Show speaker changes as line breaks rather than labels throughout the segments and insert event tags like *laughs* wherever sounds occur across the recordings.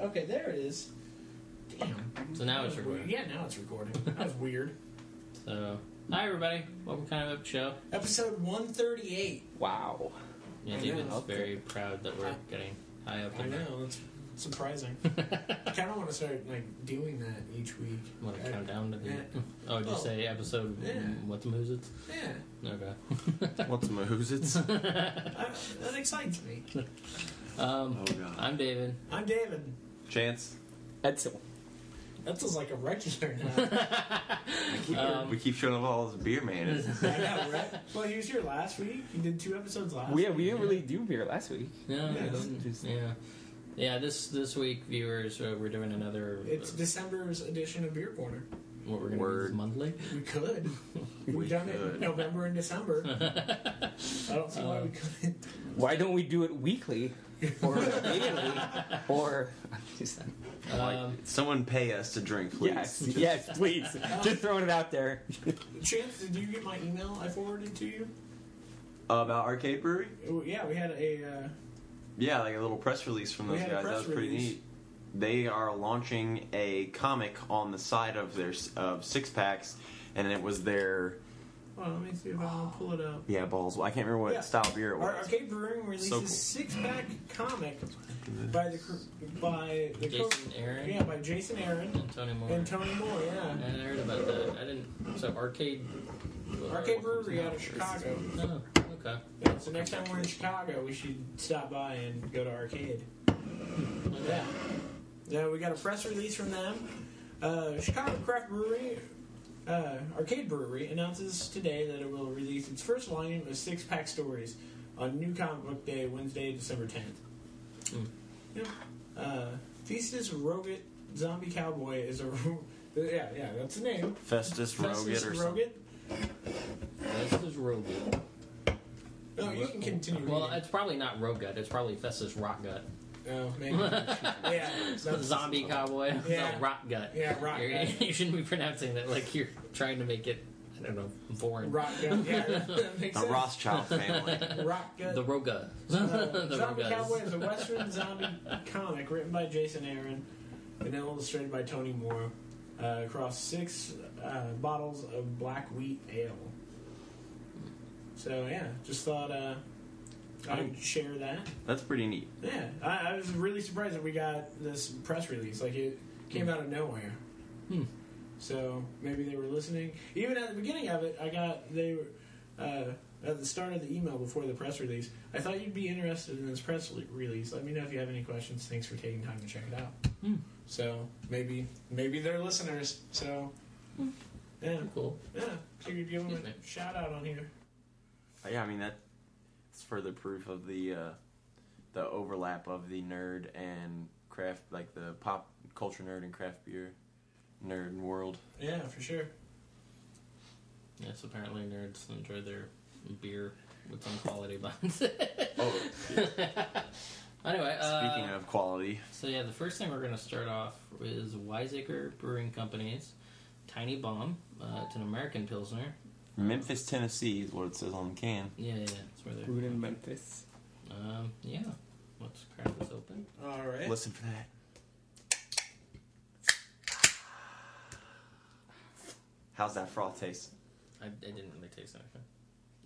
Okay, there it is. Damn.
So now it's
That was weird.
recording.
Yeah, now it's recording. That was weird.
So, hi everybody. Welcome to kind of up show.
*laughs* Episode 138.
Wow. Yeah,
I
David's
know.
very proud that we're
I-
getting high up
I
in
know, that's surprising. I
the.
kind of want to start like doing that each week.
Want to
I-
count down to the?
Yeah.
*laughs* Oh, did you
Well,
say episode?
yeah.
What the moves it's?
Yeah,
Okay.
What's Moosits?
Oh, I, that excites me.
Um,
Oh, God.
I'm David.
I'm David.
Chance.
Edsel.
That feels like a regular now. Um,
we keep showing up all this beer man. It's-
I know, right? Well, he was here last week. You did two episodes last.
Yeah, we
week.
didn't really do beer last week.
No,
Yeah,
I
it's
didn't.
just-
yeah, yeah. This this week, viewers, uh, we're doing another.
It's
uh,
December's edition of Beer Corner.
what we're gonna do is
Word.
monthly.
We could. We've
We
done it
could.
November and December. I don't see why we couldn't.
Why don't we do it weekly or daily or just,
Um,
like, someone pay us to drink, please.
yes, yes, please. Just throwing it out there.
Chance, did you get my email I forwarded to you?
Uh, About Arcade Brewery?
Oh, Yeah, we had a. Uh,
Yeah, like a little press release from
We
those
had a
guys. That
press
was pretty
release.
neat. They are launching a comic on the side of their s- of six packs, and it was their
well, let me see if I'll pull it up.
yeah balls. I can't remember what
Yeah.
style beer
Our
it was.
Arcade Brewing releases
So cool. Mm-hmm.
six pack comic by the cr- by the co-
Jason Aaron.
yeah by Jason Aaron
And Tony Moore.
and Tony Moore.
I
Yeah,
heard about that. I didn't. So arcade.
Arcade Brewery out of Chicago.
Oh, okay.
Yeah, so next time we're in Chicago, we should stop by and go to Arcade. Yeah. Yeah, we got a press release from them. Uh, Chicago Craft Brewery, uh, Arcade Brewery, announces today that it will release its first volume of six pack stories on New Comic Book Day, Wednesday, December 10th.
Hmm.
Yeah. Uh, Thesis Rogat Zombie Cowboy is a. Yeah, yeah, that's the name.
Festus
Thesis
Roget or something.
Rogat.
This is Rogut.
No, Oh, you can continue.
Well,
reading.
it's probably not Rogut. It's probably Festus Rockgut.
Oh,
*laughs*
maybe. yeah. that's-
Zombie cowboy.
Yeah.
*laughs* No, Rockgut.
Yeah, rock
You're-
gut.
*laughs* You shouldn't be pronouncing that like you're trying to make it. I don't know.
*laughs*
Foreign.
Rock gut.
*laughs*
Yeah, that makes
The
sense.
Rothschild family.
*laughs* Rock gut.
*laughs* The Roga.
Uh,
the
zombie
Rogas.
Cowboy is a
*laughs*
Western zombie comic written by Jason Aaron and illustrated by Tony Moore uh, across six uh, bottles of black wheat ale. So, yeah, just thought uh, I would share that.
That's pretty neat.
Yeah, I, I was really surprised that we got this press release. Like it came out of nowhere.
Hmm.
So maybe they were listening. Even at the beginning of it, I got they were uh, at the start of the email before the press release. I thought you'd be interested in this press le- release. Let me know if you have any questions. Thanks for taking time to check it out.
Hmm.
So maybe maybe they're listeners. So yeah,
Cool.
yeah. Figured give them
Hmm.
a
Excuse
shout out on here.
Uh, Yeah, I mean that. It's further proof of the uh, the overlap of the nerd and craft, like the pop culture nerd and craft beer nerd world.
Yeah, for sure.
Yes, apparently nerds enjoy their beer with some quality buns. *laughs*
Oh,
anyway, uh,
*laughs* speaking of quality,
So yeah, the first thing we're going to start off is Wiseacre Brewing Company's Tiny Bomb. Uh, it's an American pilsner.
Memphis, Tennessee is what it says on the can.
Yeah, yeah, yeah that's where they're.
Brewed in Memphis.
Um, yeah, let's crack this open.
All right.
Listen for that. How's that froth taste?
I, I didn't really taste anything.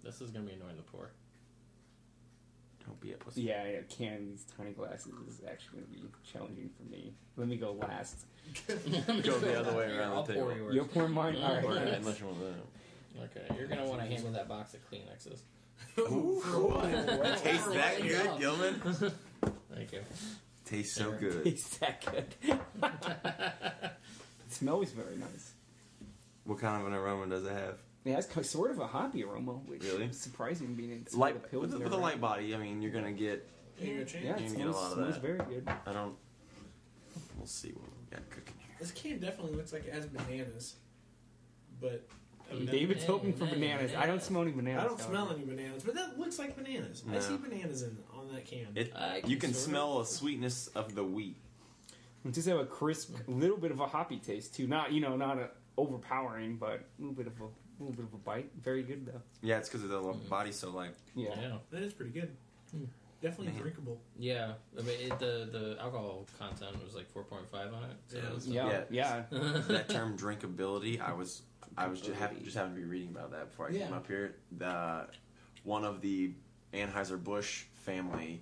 This is going to be annoying to pour.
Don't be a pussy.
Yeah, I can these tiny glasses is actually going to be challenging for me. Let me go last.
Go the other way around the
I'll pour
table.
yours.
You'll pour mine? All
*laughs* Or
right.
unless you want that.
Okay, you're going to want to handle that box of Kleenexes.
Tastes that
There you
good,
go.
Gilman?
Thank you.
Tastes so
There.
good.
It's that good. *laughs* it smells very nice.
What kind of an aroma does it have?
It has ki- sort of a hoppy aroma, which
Really?
is surprising being it's
Light
a
with,
pilsner,
a- with a
right?
light body. I mean, you're gonna get.
Here you go, Chance.
Yeah,
You
it
can get a
smells,
lot of
smells
that.
very good.
I don't. We'll see what we got cooking here.
This can definitely looks like it has bananas, but
Mm,
David's hoping for
Banana.
bananas. I don't smell any bananas.
I don't
however.
smell any bananas. But that looks like bananas. I
No.
see bananas in on that can.
It,
I
you
sort
can
of-
smell a sweetness of the wheat.
It does have a crisp,
Mm.
little bit of a hoppy taste too. Not you know, not a overpowering, but a little bit of a little bit of a bite. Very good though.
Mm-hmm.
Yeah, it's because of the lo- body so like
Yeah.
Yeah. Hmm.
that is pretty good. Definitely
Man.
drinkable.
Yeah, I mean it, the the alcohol content was like 4.5 on it. So
Yeah.
*laughs*
Mm-hmm.
it was-
Yeah, yeah.
Yeah. that term drinkability, I was I was just hap- just happened to be reading about that before I came
Yeah.
up here. The one of the Anheuser Busch family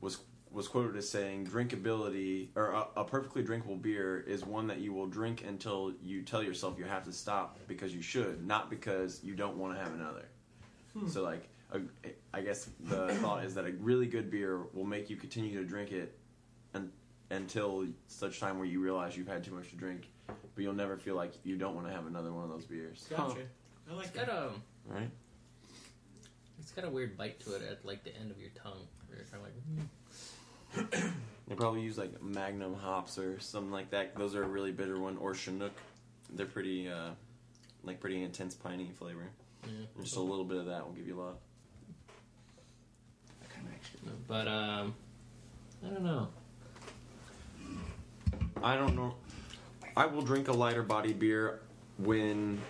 was was quoted as saying, "Drinkability or a, a perfectly drinkable beer is one that you will drink until you tell yourself you have to stop because you should, not because you don't want to have another." So like. a- I guess the thought is that a really good beer will make you continue to drink it un- until such time where you realize you've had too much to drink, but you'll never feel like you don't want to have another one of those beers.
Gotcha. I
It's
like
got
that.
a
Right?
it's got a weird bite to it at like the end of your tongue. where You're kind of like "Mm."
They probably use like Magnum hops or something like that. Those are a really bitter one, or Chinook. They're pretty, uh, like pretty intense piney flavor.
mm, Yeah.
And just a little bit of that will give you a lot.
but um, I don't know.
I don't know. I will drink a lighter body beer when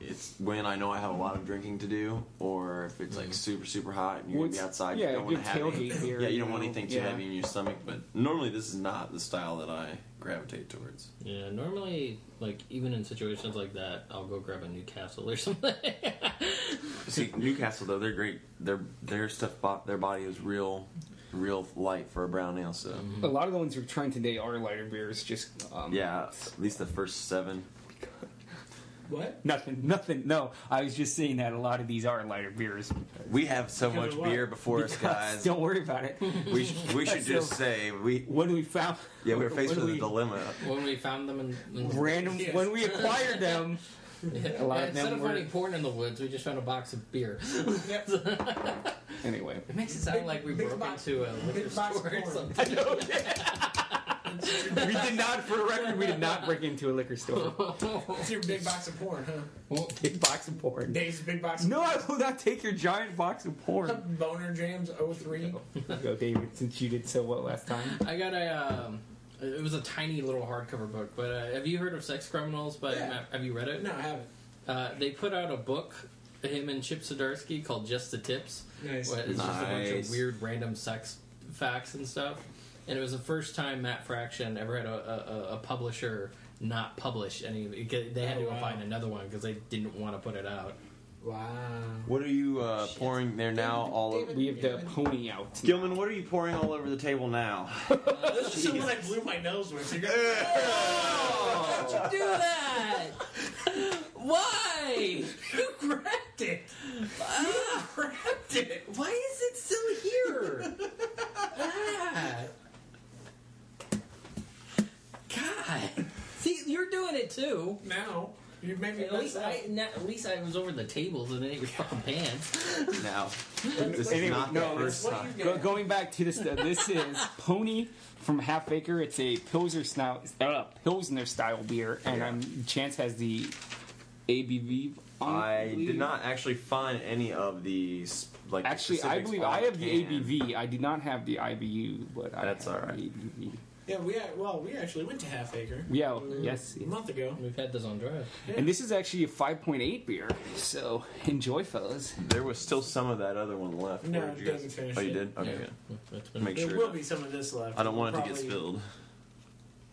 it's when I know I have a lot of drinking to do, or if it's like super super hot and you're
Mm-hmm. What's-
gonna be outside.
yeah,
you don't
good
want to have any-
tailgate beer,
Yeah, you don't
you
want
know,
anything too
yeah.
heavy in your stomach. But normally this is not the style that I gravitate towards.
Yeah, normally, like even in situations like that, I'll go grab a Newcastle or *laughs* something.
See, Newcastle though they're great. Their their stuff, their body is real, real light for a brown ale. So
A lot of the ones we're trying today are lighter beers. Just um,
yeah, at least the first seven.
*laughs*
What?
nothing, nothing. No, I was just saying that a lot of these are lighter beers.
We have so
Because of
much
what?
beer before us,
Because-
guys.
don't worry about
*laughs*
it.
We sh-
*laughs*
we should
So-
just say we.
When we found,
Yeah, we were
when
faced with a
we-
dilemma.
when we found them in, in
random
Yes.
when we
*laughs*
acquired them.
yeah,
a lot of
instead
them
of
were-
finding porn in the woods, we just found a box
*laughs*
of beer.
Yep.
Anyway,
It makes it sound like we
Big
broke
box-
into a liquor
big box
store
of
or
porn.
something.
I know. we did not, for the record, we did not break into a liquor store.
*laughs* It's your big box of porn, huh?
Big box of porn.
Dave's big box of
*laughs* No, I will not take your giant box of porn.
Boner Jams
*laughs*
03.
*laughs* Go, David, since you did so well last time.
I got a. Um, it was a tiny little hardcover book, but uh, have you heard of Sex Criminals? But
Yeah.
have you read it?
No, I haven't.
Uh, they put out a book, him and Chip Zdarsky, called Just the Tips.
Nice.
Well, it's just a bunch of
Nice.
weird random sex facts and stuff. And it was the first time Matt Fraction ever had a, a, a publisher not publish any. of it. 'Cause They had
Oh,
to go
wow.
find another one because they didn't want to put it out.
Wow.
*laughs*
What are you uh,
Shit.
pouring there now?
David-
all
David-
We have the pony out.
Gilman, what are you pouring all over the table now?
This is the one I blew my nose with. You got-
*laughs*
Why'd you do that? Why?
*laughs* you grabbed it. You grabbed it.
Why is it still here? ah. God. See, you're doing it too.
Now, you made me
At least
mess up.
I, na- at least I was over the tables and it ate your fucking pants.
now, this
Anyway,
is not the
no,
first
what do
time.
you
Go,
get?
going back to this, uh, this is Pony from Half Acre. It's a Pilsner style, uh, Pilsner style beer, and um, Chance has the ABV. On it,
I
believe.
did not actually find any of these. Like the
Actually, I
specifics
believe
on
I have the
can.
ABV. I do not have the IBU, but I
That's
have
all right.
the ABV.
Yeah, we had, well, we actually went to Half Acre
Yeah, yes.
a month ago.
We've had this on drive.
And this is actually a 5.8 beer, so enjoy, fellas.
There was still some of that other one left.
No,
Where
it
did you
doesn't
guys-
finish
Oh, you
it.
did. Okay.
Yeah.
good.
That's been-
Make
There
sure.
will be some of this left.
I don't want it to get
Probably
spilled.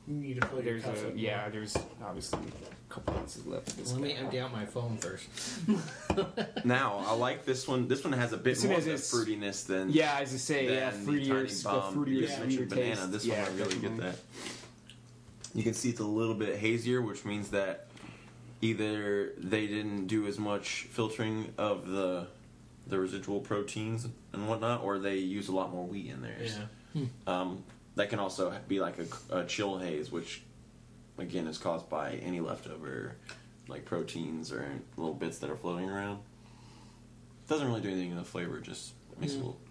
You need to put your
There's
cups
a,
up.
yeah, there's obviously a couple ounces left. of This
Let me
guy.
empty out my phone first.
Now, I like this one. This one has a bit
This one
more of
has
the
this-
fruitiness than
Yeah, as I say,
than
yeah,
the
fruity
tiny
years, the
bomb.
fruity
You
years,
Yeah.
mentioned
sweeter
banana.
taste.
This
yeah,
one, I really
definitely.
get that. You can see it's a little bit hazier, which means that either they didn't do as much filtering of the the residual proteins and whatnot, or they use a lot more wheat in
Yeah.
theirs. Um, that can also be like a, a chill haze, which again is caused by any leftover like proteins or little bits that are floating around. Doesn't really do anything to the flavor; just makes it
Mm.
a little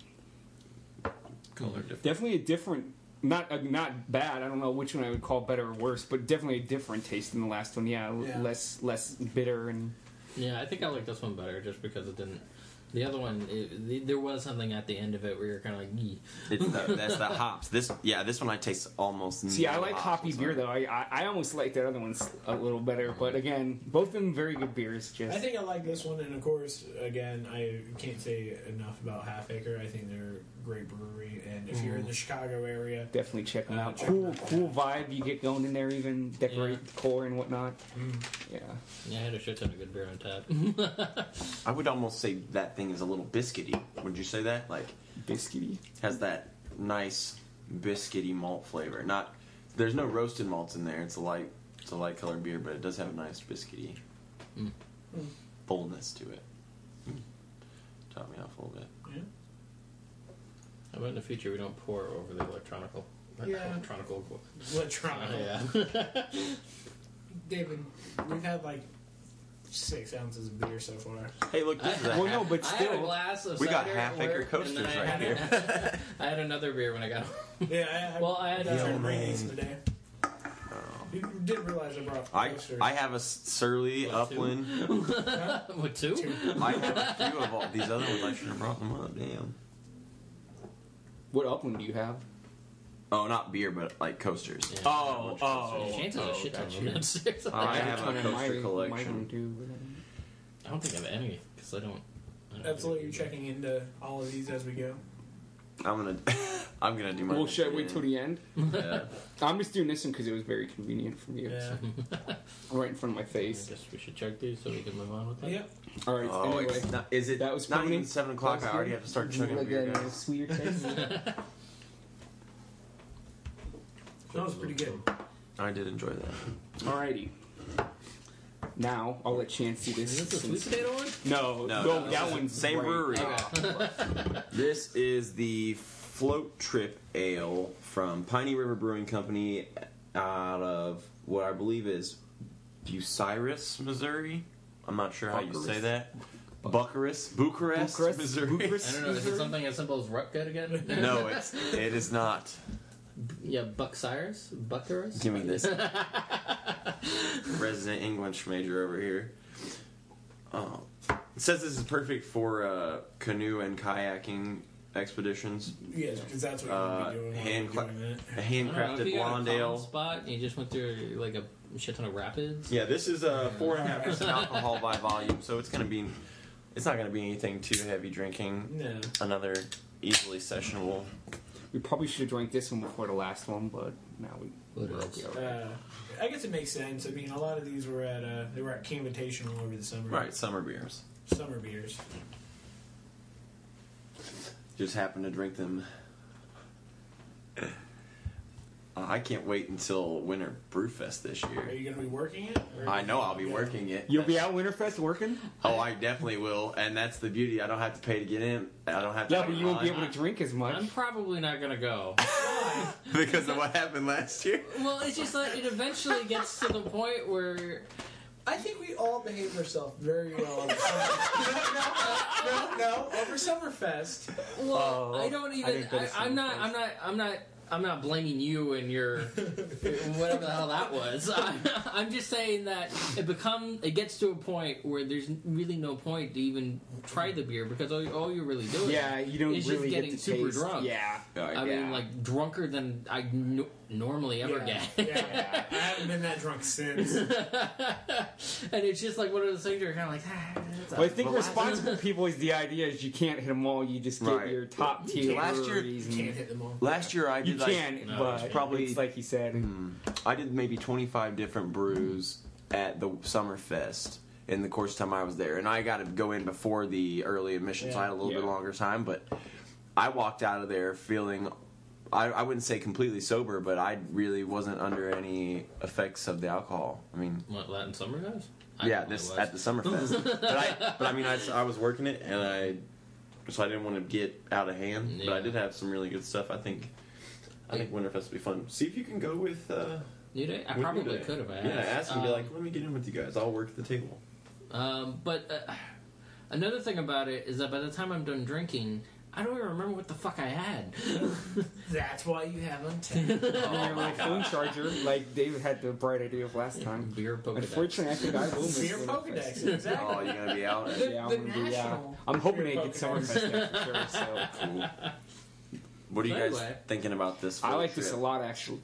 color different.
Definitely a different, not uh, not bad. I don't know which one I would call better or worse, but definitely a different taste than the last one. Yeah, l-
Yeah.
less less bitter and
Yeah, I think I like this one better just because it didn't The other one, it, th there was something at the end of it where you're kind of like, "Yee."
It's the, that's the hops. This yeah, this one I taste almost.
See, I
no
like
hops
hoppy beer
whatsoever.
though. I, I I almost like that other one's a little better, but again, both of them very good beers. Just
I think I like this one, and of course, again, I can't say enough about Half Acre. I think they're a great brewery, and if you're in the Chicago area,
definitely check them
Uh,
out.
check them
Cool,
out.
cool vibe you get going in there. Even decorate
Yeah.
the core and whatnot.
Mm.
Yeah,
Yeah, I had a shit ton of good beer on tap.
I would almost say that thing is a little biscuity. Would you say that? Like
biscuity.
has that nice biscuity malt flavor. Not there's no roasted malts in there. It's a light it's a light colored beer, but it does have a nice biscuity
Mm.
boldness to it. Top me off a little bit.
How about in the future we don't pour over the electronical?
Yeah.
Electronical. *laughs*
Electronic.
Oh,
Uh, *laughs* yeah.
David, we've had like six ounces of beer so
*laughs*
far.
Hey, look, this is a
Well,
half-
no, but
I had a
still,
glass of
we got
cider at
half acre
work, and then
coasters
I
right
had-
*laughs* here.
I had another beer when I got home.
Yeah, I, I,
Well, I had,
was trying to bring
um,
these today. You didn't realize I brought
I
posters.
I have a surly
What, two?
upland.
*laughs* what two?
Two.
*laughs* I have
*laughs*
a few of all these other ones. I should have brought them up. Damn.
what upland do you have?
Oh, not beer, but like coasters.
Yeah.
Oh, oh,
Chance has a
oh,
shit *laughs* ton of
gotcha.
them downstairs.
Oh, I
have a
have
ton
a
in
coaster
my-
collection.
my room, too, but, um,
I don't think I have any because I don't. I don't
Absolutely,
do
you're checking into all of these as we go.
I'm gonna, *laughs* I'm gonna do my.
Well, should I wait till the end? *laughs*
Yeah.
I'm just doing this one because it was very convenient for you.
Yeah.
Right in front of my
I
face.
guess we should check these so we can move on with it.
yep.
All right.
Oh,
anyway,
it's not, is it?
That was
not
funny.
even seven o'clock. I already have to start chugging
Like
beer,
a
guys.
sweeter
*laughs*
taste.
That was pretty good.
I did enjoy that.
Alrighty. Now I'll let Chance do this.
Is this a sweet
since-
potato one?
No,
No,
no,
no,
that
no.
one's
Same
right.
brewery.
Oh,
*laughs* This is the Float Trip Ale from Piney River Brewing Company out of what I believe is Bucyrus, Missouri. I'm not sure how you say
Bucyrus.
that. Bucyrus, Bucharest,
Bucharest,
Missouri.
Bucharest.
I don't know. Is it something as simple as Rutgut again?
No, it's it is not.
Yeah, Bucyrus? Bucyrus?
Give
*laughs*
me this. Resident English major over here. Oh. It says this is perfect for uh, canoe and kayaking expeditions.
Yes, because that's what you're
Uh,
gonna be doing.
hand
while you're doing it.
I don't
A
know, if
handcrafted
you got a
blonde
calm
ale.
spot and you just went through like a shit ton of rapids.
Yeah, this is a four and a
*laughs*
half percent alcohol by volume, so it's gonna be, it's not gonna be anything too heavy drinking.
No.
Another easily sessionable.
we probably should have drank this one before the last one, but now we.
What
we're
else?
okay.
Uh, I guess it makes sense. I mean, a lot of these were at uh, they were at Canvitation all over the summer.
Right, summer beers.
Summer beers.
Just happen to drink them. Uh, I can't wait until Winter Brewfest this
Are
year.
you gonna be working it? Or
I know I'll be
Yeah.
working it.
You'll be out Winterfest working?
Oh, I definitely will, and that's the beauty. I don't have to pay to get in. I don't have to.
Yeah, but you won't be
line.
Uh,
able to drink as much.
I'm probably not gonna go.
*laughs* because of what happened last year.
well, it's just like it eventually gets to the point where
I think we all behave ourselves very well. Over *laughs* summer. no, no, no, no. Over Summerfest,
Well,
Oh,
I don't
I
even.
didn't go to
I I, am not. I'm not. I'm not. I'm not blaming you and your whatever the hell that was. *laughs* I'm, I'm just saying that it become it gets to a point where there's really no point to even try the beer because all, all you're really doing.
Yeah, you don't
It's just
really
getting
get to
super
taste.
drunk.
Yeah.
I
yeah.
mean, like drunker than I n- normally ever
yeah,
get. *laughs*
yeah. I haven't been that drunk since.
*laughs* and it's just like one of those things where you're kind of like, ah, that's
Well, I think responsible people is the idea is you can't hit them all. You just get
Right.
your top tier.
Last year-
breweries
You
and-
can't hit them all.
Last year I did
you
like
can,
No,
but
it's
probably
probably-
it's like you said.
I did maybe 25 different brews at the Summerfest in the course of time I was there. And I got to go in before the early admission, so I had a little bit
Yeah.
longer time. But I walked out of there feeling, I, I wouldn't say completely sober, but I really wasn't under any effects of the alcohol. I mean,
what Latin summer guys.
yeah, this at
*laughs*
the Summerfest. but, I, but I mean, I, s- I was working it, and I so I didn't want to get out of hand. But I
Yeah.
did have some really good stuff. I think I think Winterfest will be fun. See if you can go with. Uh,
New Day? I
with me
probably
today.
could have asked.
Yeah, ask him. Be
Um,
like, let me get in with you guys. I'll work the table.
*laughs* Um, but uh, another thing about it is that by the time I'm done drinking, I don't even remember what the fuck I had.
That's why you have untapped.
Oh,
And your like phone charger, like Dave had the bright idea of last time.
*laughs* Beer Pokedex.
Unfortunately, I think I will miss
Beer
Winterfest.
Pokedex,
Oh,
exactly.
you're gonna
*laughs*
be out.
The,
Yeah,
the
I'm gonna be out.
national.
I'm hoping
Beer
they get
Pokedex.
Summerfest there for sure. So
Cool. What are you guys
Anyway.
thinking about this?
I
road
like this a
trip?
lot, actually.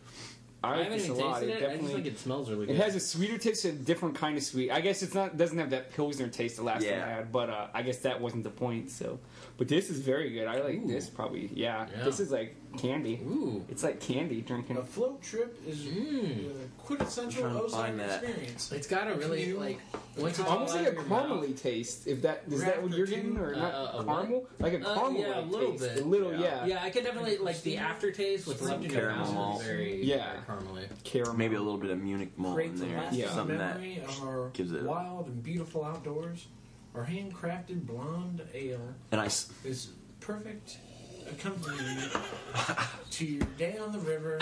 I
I
like
haven't
this a
even
lot.
tasted
It
it. I just think
definitely
it smells really
it
good.
has a sweeter taste, a different kind of sweet. I guess it's not doesn't have that pilsner taste the last
Yeah.
one I had, but uh, I guess that wasn't the point. So, but this is very good. I like
Ooh.
this probably. Yeah,
Yeah.
this is like candy.
Ooh.
It's like candy drinking.
A float trip is
Mm.
the quintessential
I'm trying to
Osaka
find that.
experience.
It's got a really,
You-
like, once it's
Almost
all
like
out
a
of your mouth-
caramely taste. If that is that what
Raptor
you're
too?
getting or
Uh,
not
uh, a what?
caramel? Like a
Uh,
caramel
yeah, a little
taste.
bit.
A little,
Yeah.
yeah.
Yeah, I could definitely like the aftertaste with
Fruit
lemon in
caramel
the mouth
malt.
is very
Yeah.
very caramely.
Caramel.
Maybe a little bit of Munich malt in
Creates a
there.
lasting
Yeah.
Something that
memory of our
gives it a-
wild and beautiful outdoors. Our handcrafted blonde ale
and I s-
is perfect accompaniment to your day on the river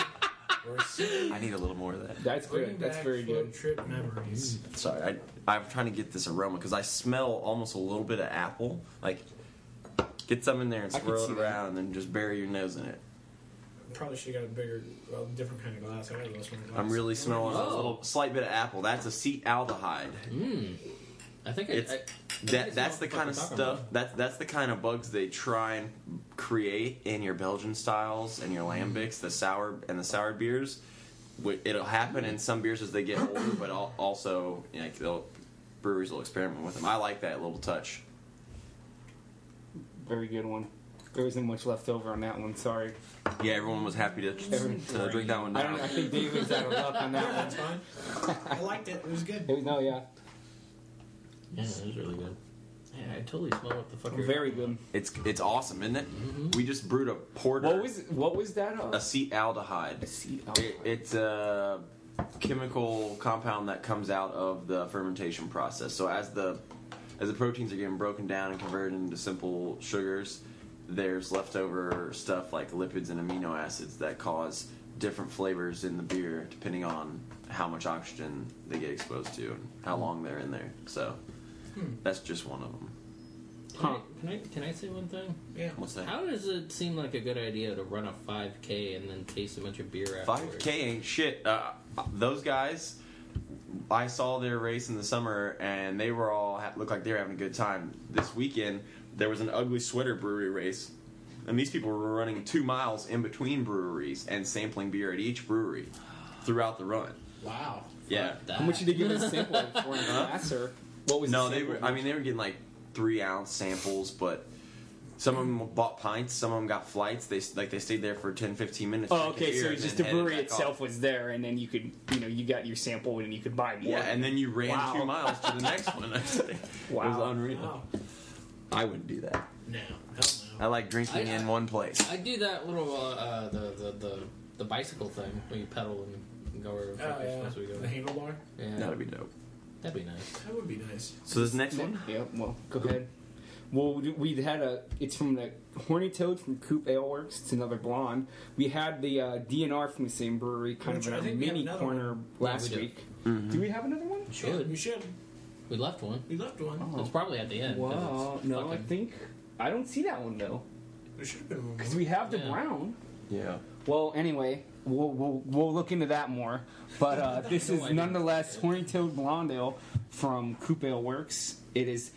or city.
I need a little more of that.
That's
Bring
good. That's
back
very
float
good.
trip
Mm-hmm.
memories.
Sorry, I, I'm trying to get this aroma because I smell almost a little bit of apple. Like, get some in there and
I can
swirl
see
it
that.
around, and just bury your nose in it.
Probably should have got a bigger, well, different kind of glass. I got this one.
I'm really smelling
Oh.
a little slight bit of apple. That's acetaldehyde.
Mmm. I think I,
It's-
I,
That that's the
what
kind
we're
of
talking
stuff.
about.
That's that's the kind of bugs they try and create in your Belgian styles and your lambics, the sour and the sour beers. Wh- It'll happen in some beers as they get older, but al- also you know, they'll, breweries will experiment with them. I like that little touch.
Very good one. There isn't much left over on that one. Sorry.
Yeah, everyone was happy to,
Everyone-
to drink that one
I don't. I
down.
think David's out of luck on that
Yeah,
one.
*laughs*
that's fine. I liked it. It was good.
It was no, yeah,
yeah, it was really good. Yeah, I totally smell what the fuck. you're-
very good.
It's it's awesome, isn't it? We just brewed a porter.
Mm-hmm. What was what was that? Uh,
acetaldehyde?
seed- oh,
It, it's a chemical compound that comes out of the fermentation process. So as the as the proteins are getting broken down and converted into simple sugars, there's leftover stuff like lipids and amino acids that cause different flavors in the beer depending on how much oxygen they get exposed to and how long they're in there. So
Hmm.
that's just one of them.
Can,
Huh.
I, can I can I say one thing?
Yeah.
What's that?
How does it seem like a good idea to run a 5K and then taste a bunch of beer
Five
afterwards?
K ain't shit. Uh, those guys, I saw their race in the summer, and they were all ha- looked like they were having a good time. This weekend, there was an ugly sweater brewery race, and these people were running two miles in between breweries and sampling beer at each brewery throughout the run.
Wow.
Yeah,
That.
How much did they give us a sample of
*laughs*
for in class or what was?
no,
the
they
sample?
were. I mean, they were getting like three ounce samples, but. Some of them bought pints. Some of them got flights. They s- like they stayed there for 10, 15 minutes.
Oh,
drinking
okay. So it
beer
was
and
just the
then headed
brewery
back off.
itself was there, and then you could, you know, you got your sample, and you could buy more.
Yeah, and then you ran
Wow.
two miles to the next one. It was
Wow.
unreal.
Wow.
I wouldn't do that.
No. Hell
I
no.
like drinking
I-
in one place.
I do that little uh, uh, the, the the the bicycle thing where you pedal and go where the fuck
Oh,
you're
yeah.
supposed to be
The *laughs*
going.
handlebar?
Yeah,
That'd be dope.
that'd be nice.
That would be nice.
So this next
Yep.
one,
Well, go ahead. Well, we- we had a. It's from the Horny Toad from Coop Ale Works. It's another blonde. We had the uh, DNR from the same brewery, kind
Which I
of a
think we have
mini
another
corner last
Yeah, we do.
week.
Mm-hmm.
Do we have another one?
We
Should
should.
we left one?
We left one.
Oh.
It's probably at the end. 'cause
Wow.
it's
No, I
fucking-
think I don't see that one though,
There should have been one.
because we have the
Yeah.
brown.
yeah,
Well, anyway, we'll, we'll, we'll look into that more.
*laughs*
But uh, this
No
is
idea.
nonetheless Horny Toad Blonde Ale from Coupe Ale Works. It is.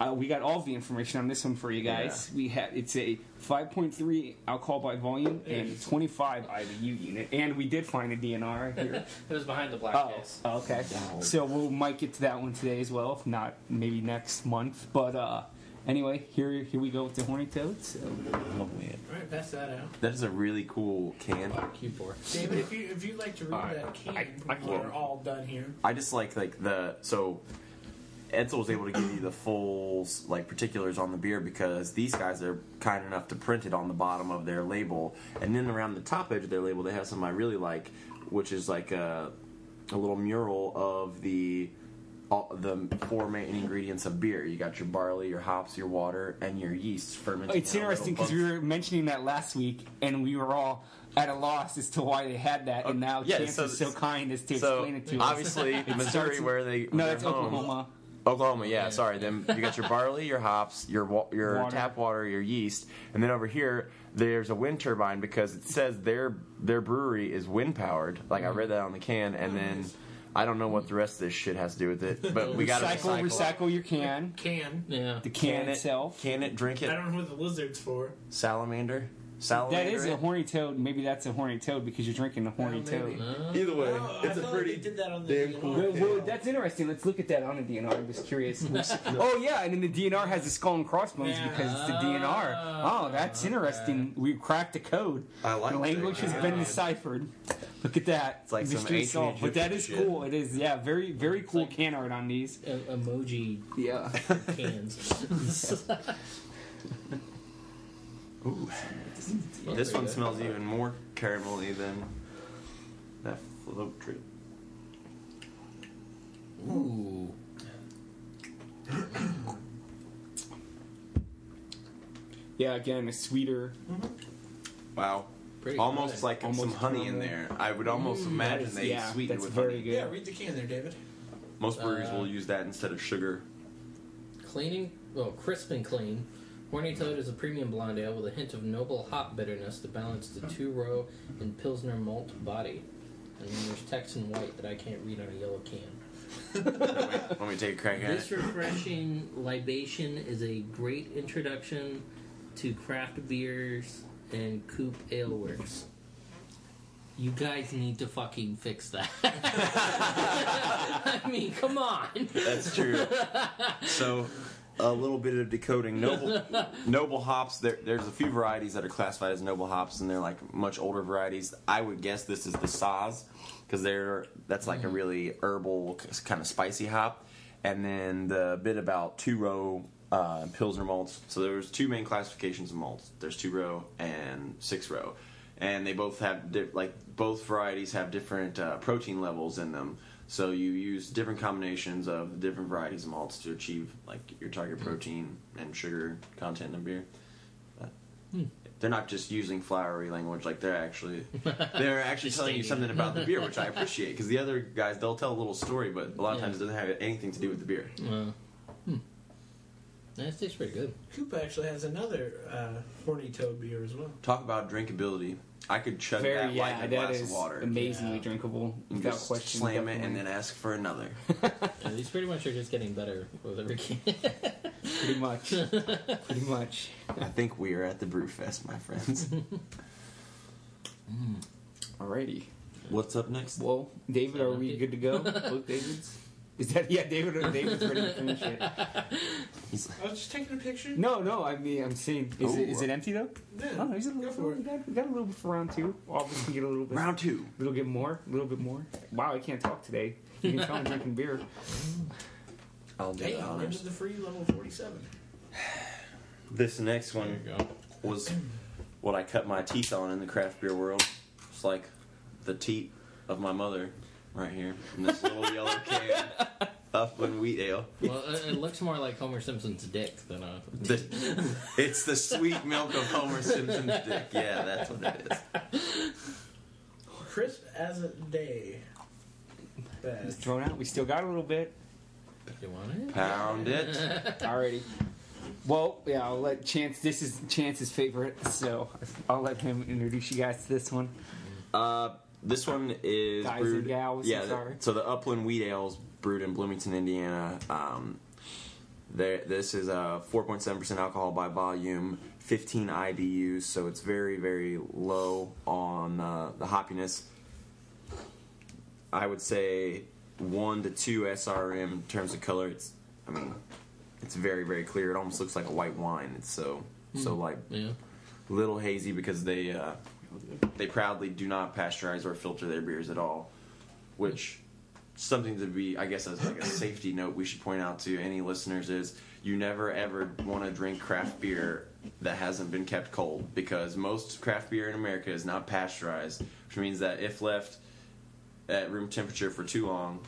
Uh, we got all the information on this one for you guys. We had it's a 5.3 alcohol by volume and 25 IBU unit, and we did find a DNR
*laughs*
here.
It was behind the black
Oh,
case.
okay. So we might get to that one today as well. If not, maybe next month. But uh, anyway, here here we go with the Horny Toad. So
Oh,
lovely.
All right, pass that out.
That is a really cool can.
Q4.
David, if, you, if you'd like to read
Alright,
that can,
I- I
when we're
will.
all done here.
I just like like the so. Edsel was able to give you the full like particulars on the beer because these guys are kind enough to print it on the bottom of their label, and then around the top edge of their label they have something I really like, which is like a a little mural of the all the four main ingredients of beer. You got your barley, your hops, your water, and your yeast fermenting.
Oh, It's interesting because we were mentioning that last week, and we were all at a loss as to why they had that, and now
yeah,
Chance
so-
is so kind as to
so
explain it to us.
obviously
starts *laughs*
Missouri
in-
where they
No,
where
that's
they're home.
Oklahoma.
Oklahoma, yeah, sorry. Then you got your barley, your hops, your wa- your
Water.
tap water, your yeast, and then over here there's a wind turbine because it says their their brewery is wind powered. Like
Mm-hmm.
I read that on the can, and then I don't know what the rest of this shit has to do with it, but we got to
Recycle,
recycle.
recycle your can.
Can.
Yeah. E-,
The can,
Can it?
itself.
Can it? Drink
I
it?
don't know what the lizard's for.
Salamander. Salamander.
That is a
it?
horny toad. Maybe that's a horny toad because you're drinking a horny
maybe.
toad.
Either way,
Oh, I
it's a
felt
pretty
like they did that on the
damn
DNR.
cool
Well,
can.
well, that's interesting. Let's look at that on the DNR. I'm just curious. *laughs* oh yeah, and then the DNR has the skull and crossbones
Yeah.
because it's the DNR. Oh, that's interesting. We cracked a code.
I like
the language
that.
has been deciphered. Look at that.
It's like some
Mystery
ancient
solved. But that is
Egyptian shit.
cool. It is yeah, very very cool
like-
can art on these.
E- emoji
Yeah.
cans.
*laughs*
*laughs*
Ooh, this one smells even more caramelly than that float trip.
Ooh.
yeah, again, a sweeter.
Wow.
Pretty
almost
good.
like some
Almost
honey in there.
caramel.
I would almost imagine
that is-
they
yeah,
sweeten it
that's
with
very
honey.
good.
Yeah, read the can there, David.
Most breweries
Uh,
will use that instead of sugar.
Cleaning, well, crisp and clean. Horny Toad is a premium blonde ale with a hint of noble hop bitterness to balance the two row and Pilsner malt body. And then there's Texan White that I can't read on a yellow can.
Let me take a crack at
This
it.
refreshing libation is a great introduction to craft beers and coop ale works. You guys need to fucking fix that. *laughs* I mean, come on.
That's true. so, a little bit of decoding. Noble, noble hops. There, there's a few varieties that are classified as noble hops, and they're like much older varieties. I would guess this is the Saz because they're that's like a really herbal kind of spicy hop, and then the bit about two row. Uh, Pilsner malts. So there's two main classifications of malts. There's two row and six row, and they both have diff- like both varieties have different uh, protein levels in them. So you use different combinations of different varieties of malts to achieve like your target protein and sugar content in beer. But
Hmm.
They're not just using flowery language; like they're actually
*laughs*
they're actually telling you something about the beer, which I appreciate. Because the other guys they'll tell a little story, but a lot of
Yeah.
times it doesn't have anything to do with the beer.
Wow. Hmm. That tastes pretty good.
Coop actually has another uh, horny toad beer as well.
Talk about drinkability. I could chug
Very
that
yeah,
like a
that
glass
is
of water.
amazingly
Yeah.
drinkable
And
without
just
question.
slam it
definitely.
and
*laughs*
then ask for another.
Yeah, these pretty much are just getting better with every can.
pretty much, pretty much.
I think we are at the brew fest,
*laughs*
my friends.
Alrighty.
What's up next?
Well, David, are we
empty?
good to go? Both Davids? Is that yeah? David, David's ready to finish
*laughs*
it.
He's
I was just taking a picture.
No, no. I mean, I'm seeing. Is, it,
Ooh.
is it empty though?
Yeah,
Oh, he's a
go
little.
for
we
it.
got, we got a little bit for round two. Obviously, can get a little bit,
round two.
little bit more, a little bit more. Wow, I can't talk today. You can tell I'm drinking beer.
I'll do
Hey,
the
I'm
honors.
into the free level 47.
This next one
go.
was what I cut my teeth on in the craft beer world. It's like the teeth of my mother right here in
*laughs*
this little yellow can. Huffman Wheat Ale.
well, it, it looks more like Homer Simpson's dick than uh, a.
The- it's the sweet milk of Homer Simpson's dick. Yeah, that's what it is.
Crisp as a day. Bad.
It's thrown out. We still got a little bit.
You want it?
Pound it.
Alrighty. Well, yeah, I'll let Chance. This is Chance's favorite, so I'll let him introduce you guys to this one.
Uh, this one is
Guys and
brewed.
gals,
yeah,
I'm
the-
sorry.
so the Upland Wheat Ale's brewed in Bloomington, Indiana. Um, there, this is a 4.7% alcohol by volume, 15 IBUs, so it's very, very low on uh, the hoppiness. I would say one to two SRM in terms of color. It's, I mean, it's very, very clear. It almost looks like a white wine. It's so, so
Mm.
light
Yeah.
little hazy because they uh, they proudly do not pasteurize or filter their beers at all, which something to be I guess as like a safety note we should point out to any listeners is you never ever want to drink craft beer that hasn't been kept cold because most craft beer in America is not pasteurized, which means that if left at room temperature for too long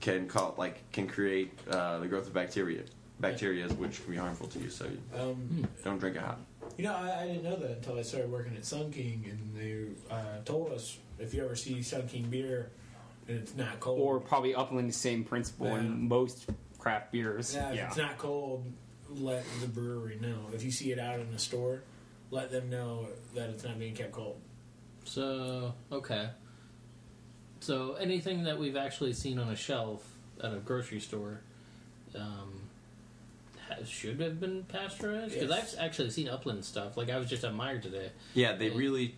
can call like can create uh, the growth of bacteria bacteria which can be harmful to you so you
Um,
don't drink it hot
you know, I, I didn't know that until I started working at Sun King, and they uh, told us if you ever see Sun King beer and it's not cold,
Or probably Upland, the same principle,
Yeah.
and most craft beers.
Yeah, if
Yeah.
it's not cold, let the brewery know. If you see it out in the store, let them know that it's not being kept cold.
So okay. So anything that we've actually seen on a shelf at a grocery store, um, has, should have been pasteurized because
Yes.
I've actually seen Upland stuff. Like I was just at Meyer today.
Yeah, they
Yeah.
really.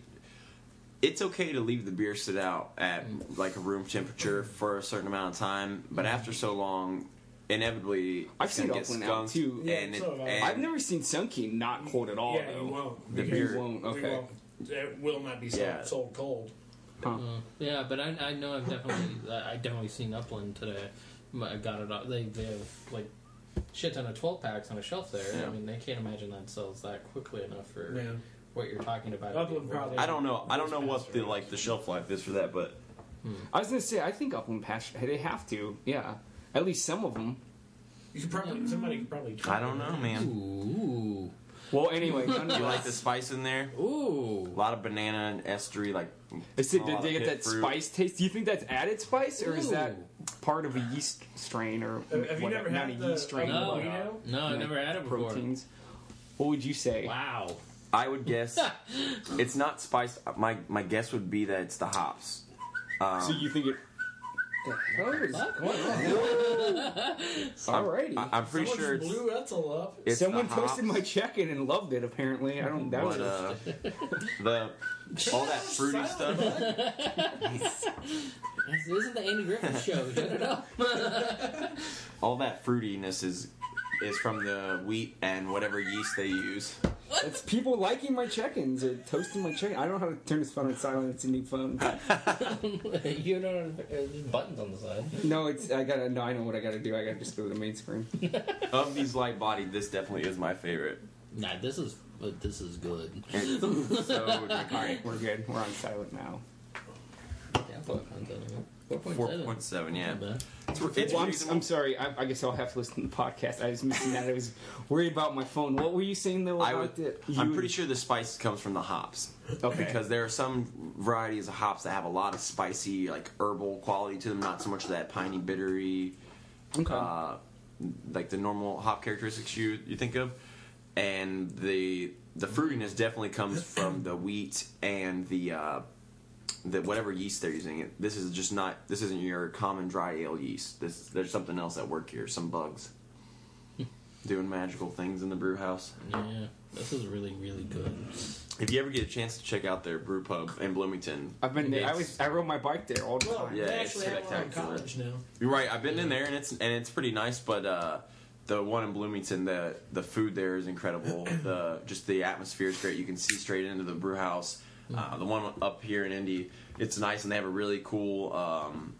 It's okay to leave the beer sit out at like a room temperature for a certain amount of time, but after so long, inevitably
Mm-hmm. I've
it's
seen
gonna get
Upland out,
skunked,
too.
and,
Yeah,
it,
so have I.
and
I've never seen Sunky not cold at all.
yeah,
though.
you won't.
Oh, The
because
beer-
we
won't, okay.
won't- It will not be sold,
Yeah.
sold cold.
Huh.
Uh, yeah, but I, I know I've definitely I I definitely seen Upland today. I got it. Up. They they have like shit ton of twelve packs on a shelf there.
Yeah.
I mean, they can't imagine that sells that quickly enough for
Yeah.
what you're talking about.
Upland probably-
I don't know. I don't know what the like the shelf life is for that, but
I was gonna say I think Upland Pasture. They have to. Yeah, at least some of them.
You could probably somebody could probably.
I don't know, man.
Ooh,
Well,
*laughs*
anyway,
Do you
nonetheless,
like the spice in there?
ooh.
A lot of banana and estery, like.
I said,
a
did
lot
they
of
get
pit
that
fruit.
spice taste? Do you think that's added spice, or is that
Ooh.
part of a yeast strain or
Have you never
whatever- not
had
a
the-
yeast strain?
No,
but,
you
uh,
know?
No, I've
you know,
never had it before.
proteins. What would you say?
Wow.
I
*laughs*
would guess it's not spiced. My my guess would be that it's the hops. Um,
So you think it? The hell is
What?
going on?
*laughs*
Alrighty.
I, I'm pretty
Someone
sure
just
it's,
blew Etzel up.
it's the
Someone
hops.
posted my check-in and loved it. Apparently, I don't doubt
But
it.
uh, the all that fruity stuff.
This isn't the Andy Griffith show. Shut it up.
all that fruitiness is is from the wheat and whatever yeast they use.
It's people liking my check-ins or toasting my check. I don't know how to turn this phone on silent. It's a new
*laughs*
phone.
*laughs* you know, there's buttons on the side.
No, it's I gotta. No, I know what I gotta do. I gotta just go to the main
*laughs*
screen.
Of these light bodied, this definitely is my favorite.
Nah, this is but this is good.
So
All right, we're good. We're on silent now.
Yeah, four point seven.
four point seven, yeah.
Not bad.
It's, it's
Well, I'm,
reasonable.
I'm sorry. I, I guess I'll have to listen to the podcast. I was missing that. I was worried about my phone. What were you saying though? About
I would,
the,
I'm pretty sure the spice comes from the hops
Okay.
because there are some varieties of hops that have a lot of spicy, like herbal quality to them. Not so much of that piney, bittery,
Okay.
uh, like the normal hop characteristics you you think of, and the the fruitiness definitely comes from the wheat and the uh, the whatever yeast they're using. It this is just not this isn't your common dry ale yeast. This there's something else at work here. Some bugs doing magical things in the brew house.
Yeah, this is really really good.
If you ever get a chance to check out their brew pub in Bloomington,
I've been there. I
Yes.
was. I rode my bike there all the
Well,
time.
Yeah,
they
it's
actually have one in
spectacular.
college now.
You're right. I've been in there and it's and it's pretty nice, but uh, the one in Bloomington, the the food there is incredible. the just the atmosphere is great. You can see straight into the brew house. Uh, the one up here in Indy, it's nice and they have a really cool. Um,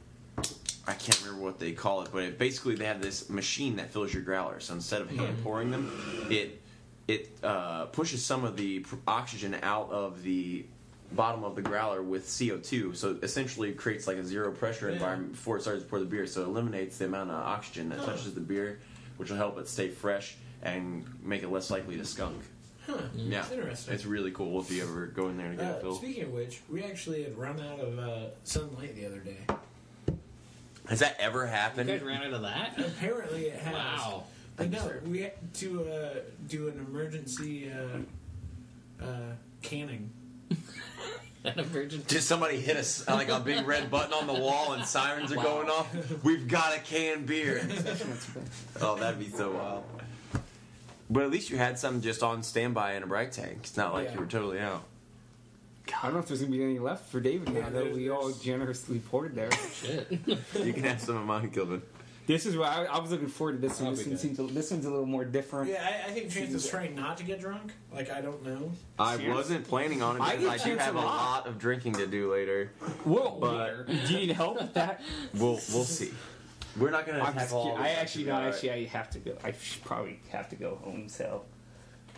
I can't remember what they call it, but it, basically they have this machine that fills your growlers. So instead of hand pouring them, it it uh, pushes some of the pr- oxygen out of the bottom of the growler with CO2. So essentially it creates like a zero pressure
Yeah.
environment before it starts to pour the beer. So it eliminates the amount of oxygen that touches the beer, which will help it stay fresh and make it less likely to skunk.
Huh.
Yeah,
That's interesting.
It's really cool if you ever go in there to get a
Uh,
fill.
speaking of which, we actually had run out of uh, sunlight the other day.
Has that ever
You guys
happened?
ran out of that? *laughs*
Apparently, it has.
Wow.
But
Thank you,
no,
sir.
we had to uh, do an emergency uh, uh, canning.
An emergency.
Did somebody hit us uh, like a big red button on the wall and sirens are going off? We've got a
*laughs*
canned beer. oh, that'd be so wild. But at least you had something just on standby in a bright tank. It's not like
Yeah.
you were totally out.
I don't know if there's gonna be any left for David now
Yeah,
that we
there's-
all generously poured there.
Shit.
You can have some of mine, Gilman.
this is what I, I was looking forward to. This one.
I'll
This
be
one
good.
seems. A, this one's a little more different.
Yeah, I, I think Chance is trying not to get drunk. Like, I don't know.
I
Cheers.
wasn't planning on it
I
because I,
get
do
chance
have
a
a
lot.
lot of drinking to do later.
Whoa.
But-
do you need help with
*laughs*
that?
We'll we'll see. We're not gonna
I'm
attack
just
all.
kidding.
of it.
I actually
All
not
right.
actually I have to go. I should probably have to go home. So,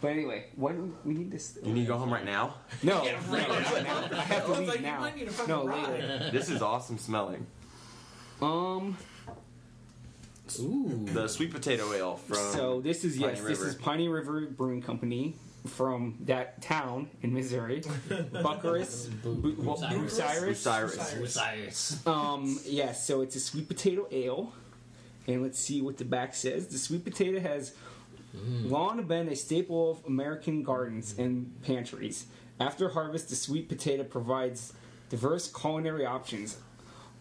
but anyway, what do we need this?
You need to go home right now.
No,
Yeah,
no,
right
no,
now.
I have to
I was
leave
like, you
now.
might need a fucking
no,
ride.
later.
This is awesome smelling.
Um.
Ooh.
The sweet potato ale from.
So this is yes,
Piney
this
River.
is Piney River Brewing Company from that town
*laughs*
in Missouri, Bucharest,
Boo-
Bu- well,
Bucyrus.
Bucyrus.
Bucyrus.
Cyrus.
Osiris.
Um. Yes. so it's a sweet potato ale. And let's see what the back says. The sweet potato has long been a staple of American gardens and pantries. After harvest, the sweet potato provides diverse culinary options.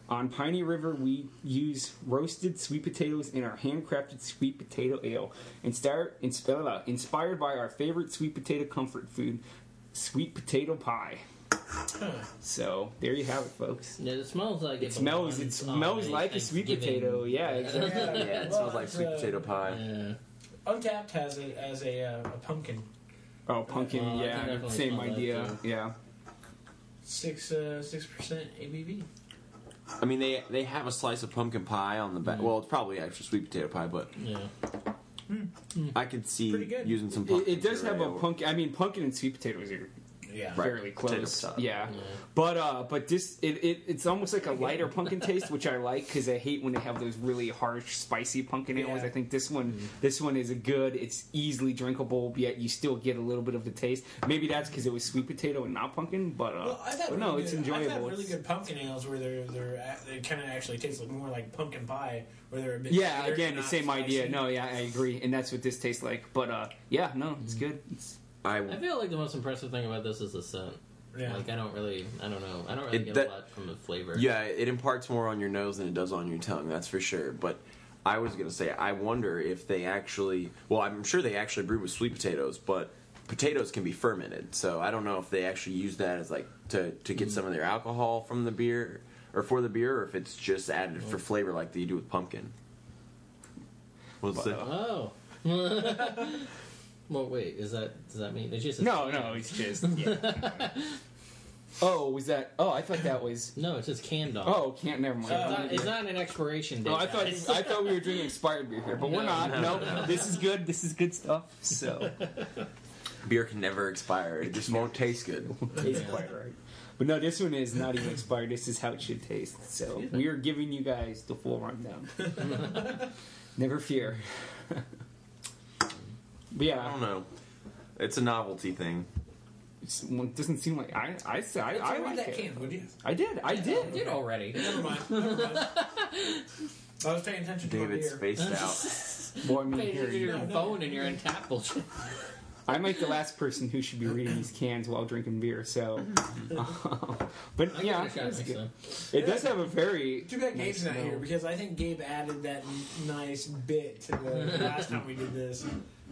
On Piney River, we use roasted sweet potatoes in our handcrafted sweet potato ale, inspired, inspired by our favorite sweet potato comfort food, sweet potato pie. So there you have it, folks.
*laughs* Yeah, it smells like
It smells. It
belongs
smells
on a
like a sweet
Thanksgiving.
potato. Yeah, exactly.
Yeah,
*laughs*
Yeah, it
well,
smells like
it's,
sweet
uh,
potato pie.
Yeah.
Untapped has it as a, uh, a pumpkin.
Oh, pumpkin.
Oh, I can
yeah,
definitely
same
smell that,
idea. Yeah.
Six uh, six percent ABV.
I mean, they they have a slice of pumpkin pie on the
Mm.
back. Well, it's probably actually sweet potato pie, but
Yeah.
I could see
Pretty good.
using some
It,
pumpkin.
it does have
puree
a
or-
pumpkin. I mean, pumpkin and sweet potatoes are
Yeah.
Right.
fairly
potato
close.
potato.
Yeah.
Yeah.
But uh, but this it, it it's almost like a lighter pumpkin taste, which I like because I hate when they have those really harsh, spicy pumpkin ales.
Yeah.
I think this one this one is a good. It's easily drinkable, yet you still get a little bit of the taste. Maybe that's because it was sweet potato and not pumpkin. But uh,
Well, I've had
but
really
no,
good,
it's
I've
enjoyable.
had really
It's-
good pumpkin ales where they're they're a- uh, they kind of actually taste like more like pumpkin pie, where they're a bit
Yeah,
sweeter,
again, the
not
same idea.
spicy.
No, yeah, I agree, and that's what this tastes like. But uh, yeah, no, it's good. It's,
I,
I feel like the most impressive thing about this is the scent.
yeah.
Like I don't really, I don't know, I don't really
It-
get
that-
a lot from the flavor.
yeah, it imparts more on your nose than it does on your tongue. That's for sure. But I was gonna say, I wonder if they actually. Well, I'm sure they actually brew with sweet potatoes, but potatoes can be fermented, so I don't know if they actually use that as like to to get some of their alcohol from the beer or for the beer, or if it's just added for flavor like they do with pumpkin. What's
But,
that?
uh,
Oh. *laughs* well, wait. Is that does that mean it's just a
no, no, it's just. yeah. oh, was that? Oh, I thought that was.
no? It's just canned on.
Oh, can't. Never mind.
It's not, it's not an expiration date.
No, I thought
guys.
I thought we were drinking expired beer here, but we're
No,
not.
no,
No,
no.
this is good. This is good stuff. So
Beer can never expire. It just won't taste good.
tastes
Yeah.
quite right. But no, this one is not even expired. This is how it should taste. So we are giving you guys the full rundown. Never fear. but
I
yeah,
don't know. It's a novelty thing.
it's- well, it doesn't seem like I I say I,
Let's
I
read
like
that
it.
can, would you?
I did. I
I
did.
did already.
Never mind. Never mind. *laughs* I was paying attention to
David's
my beer.
*laughs*
spaced out.
Boy, I mean, here,
You're
you-
your
No, no.
phone and you're in tap bullshit.
I'm like the last person who should be reading these cans while drinking beer. So, um, but *laughs* yeah,
I
it's good.
good.
It does have a very.
Too bad Gabe's
nice
not here
smell.
because I think Gabe added that n- nice bit to the last time we did this.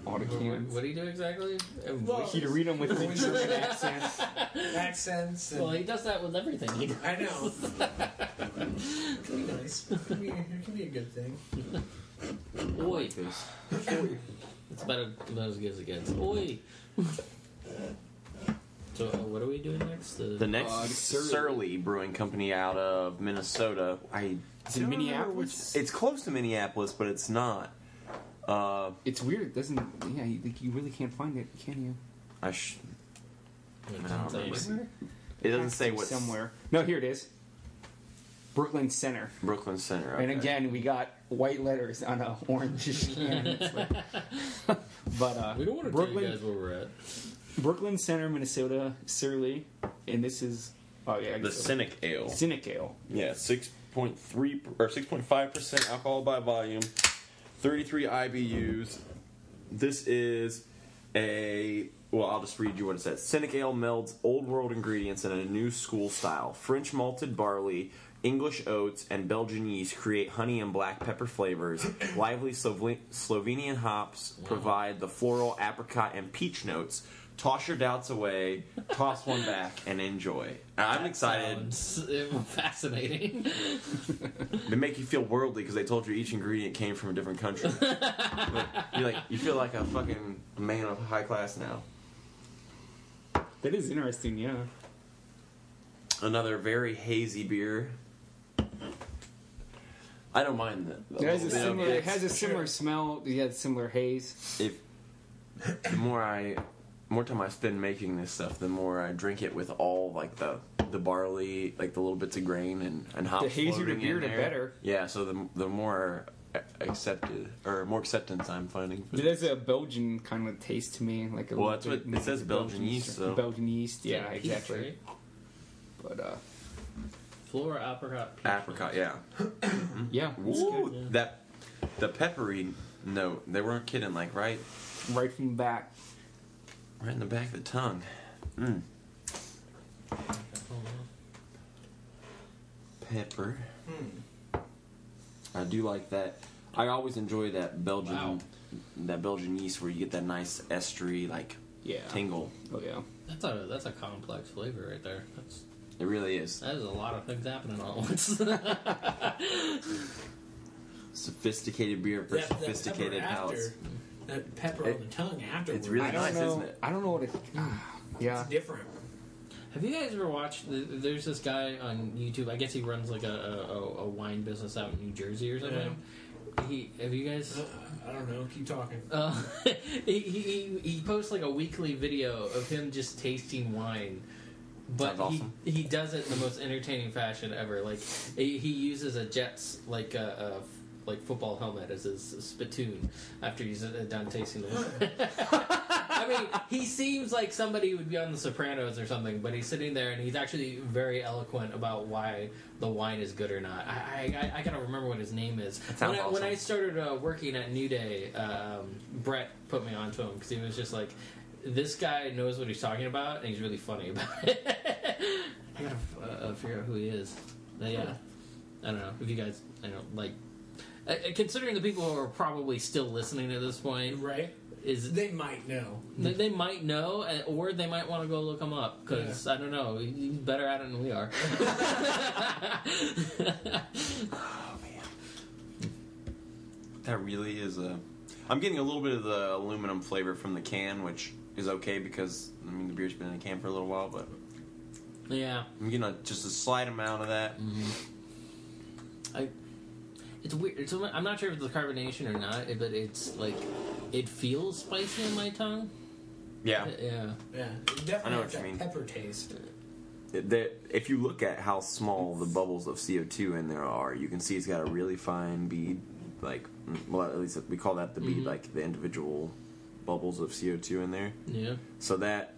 All the
What, what,
cans.
what do you do exactly?
Well-
You read them with the German accent.
*laughs* Accents. And,
well, he does that with everything. He does.
I know.
*laughs*
It can be nice. It can be, it can be a good thing.
Oi. *laughs* It's about as good as it gets. Oi. *laughs* so, uh, what are we doing next? The,
The next
Uh,
is
Surly.
Surly. Brewing Company out of Minnesota. I
Is it
don't remember
Minneapolis?
which- It's close to Minneapolis, but it's not. Uh,
It's weird. It doesn't. Yeah, you, like, you really can't find it, can you?
I sh-
Wait,
No,
sounds like-
it's- it doesn't
Has to
say
be
what
Somewhere. No, here it is. Brooklyn Center.
Brooklyn Center.
And
okay.
again, we got white letters on a orange
*laughs*
can. It's like- *laughs* but uh,
We don't want to tell
Brooklyn,
you guys where we're at.
Brooklyn Center, Minnesota, Surly, and this is oh yeah, I
the
guess-
Cynic Ale.
Cynic Ale.
Yeah, six point three or six point five percent alcohol by volume, thirty three IBUs. This is a well, I'll just read you what it says. Cynic ale melds old world ingredients in a new school style. French malted barley, English oats, and Belgian yeast create honey and black pepper flavors. Lively Slovene- Slovenian hops provide the floral, apricot, and peach notes. Toss your doubts away, toss one back, and enjoy. I'm excited.
Sounds *laughs* uh, fascinating.
They make you feel worldly because they told you each ingredient came from a different country. you like you feel like a fucking man of high class now.
That is interesting. Yeah.
Another very hazy beer. I don't mind that.
It has a
little bit of
similar. It
this.
has a similar smell. Yeah, similar haze.
if the more I, more time I spend making this stuff, the more I drink it with all like the the barley, like the little bits of grain and and hops.
The hazier the
floating in
beer, the
there.
better.
Yeah. So the the more accepted or more acceptance I'm finding. For
It has a Belgian kind of taste to me, like a. little
Well, that's what-
bit-
it says Belgian yeast, so-
Belgian yeast, *laughs* yeah,
Peach
exactly.
tree.
But uh,
Flora apricot. peach.
apricot. Yeah.
yeah, it's
Hmm. Ooh,
good.
that the peppery note. They weren't kidding. Like right,
right from the back.
right in the back of the tongue. Mm. Pepper. I do like that. I always enjoy that Belgian,
Wow.
that Belgian yeast where you get that nice estery like
Yeah.
tingle.
Oh yeah.
That's a that's a complex flavor right there. That's
It really is
that is a lot of things happening all at once. *laughs*
sophisticated beer for
That- that
sophisticated
pepper
palates.
After, that pepper on
It-
the tongue afterwards.
it's really
I don't
nice,
know.
isn't it?
I don't know what it. ah, yeah.
It's different.
Have you guys ever watched? th- There's this guy on YouTube. I guess he runs like a, a, a- a wine business out in New Jersey or something. He have you guys?
Uh, I don't know. Keep talking.
Uh, *laughs* he, he he posts like a weekly video of him just tasting wine. But
Sounds awesome.
he, he does it in the most entertaining fashion ever. Like he, he uses a Jets like a, a like football helmet as his spittoon after he's uh, done tasting the wine. *laughs* I mean, he seems like somebody who would be on The Sopranos or something, but he's sitting there and he's actually very eloquent about why the wine is good or not. I I, I, I gotta remember what his name is. When
sounds
I, when
awesome.
I started uh, working at New Day, um, Brett put me onto him because he was just like, "This guy knows what he's talking about, and he's really funny about it." *laughs* I gotta uh, uh, figure out who he is. But yeah, I don't know if you guys, I don't like. Uh, uh, considering the people who are probably still listening at this point,
Right?
is
They might know.
they, they might know, uh, or they might want to go look him up because I don't know. he- He's better at it than we are. *laughs*
Oh,
That really is a. I'm getting a little bit of the aluminum flavor from the can, which is okay because I mean the beer's been in a can for a little while, but
yeah,
I'm getting a, just a slight amount of that.
I. It's weird. It's, I'm not sure if it's the carbonation or not, but it's like it feels spicy in my tongue. Uh,
Yeah,
Yeah,
Yeah. It Definitely
I know
has
what you
that
mean.
Pepper taste.
The- if you look at how small the bubbles of CO2 in there are, you can see it's got a really fine bead. Like, mm, well, at least we call that the bead, like the individual bubbles of CO2 in there.
yeah.
So that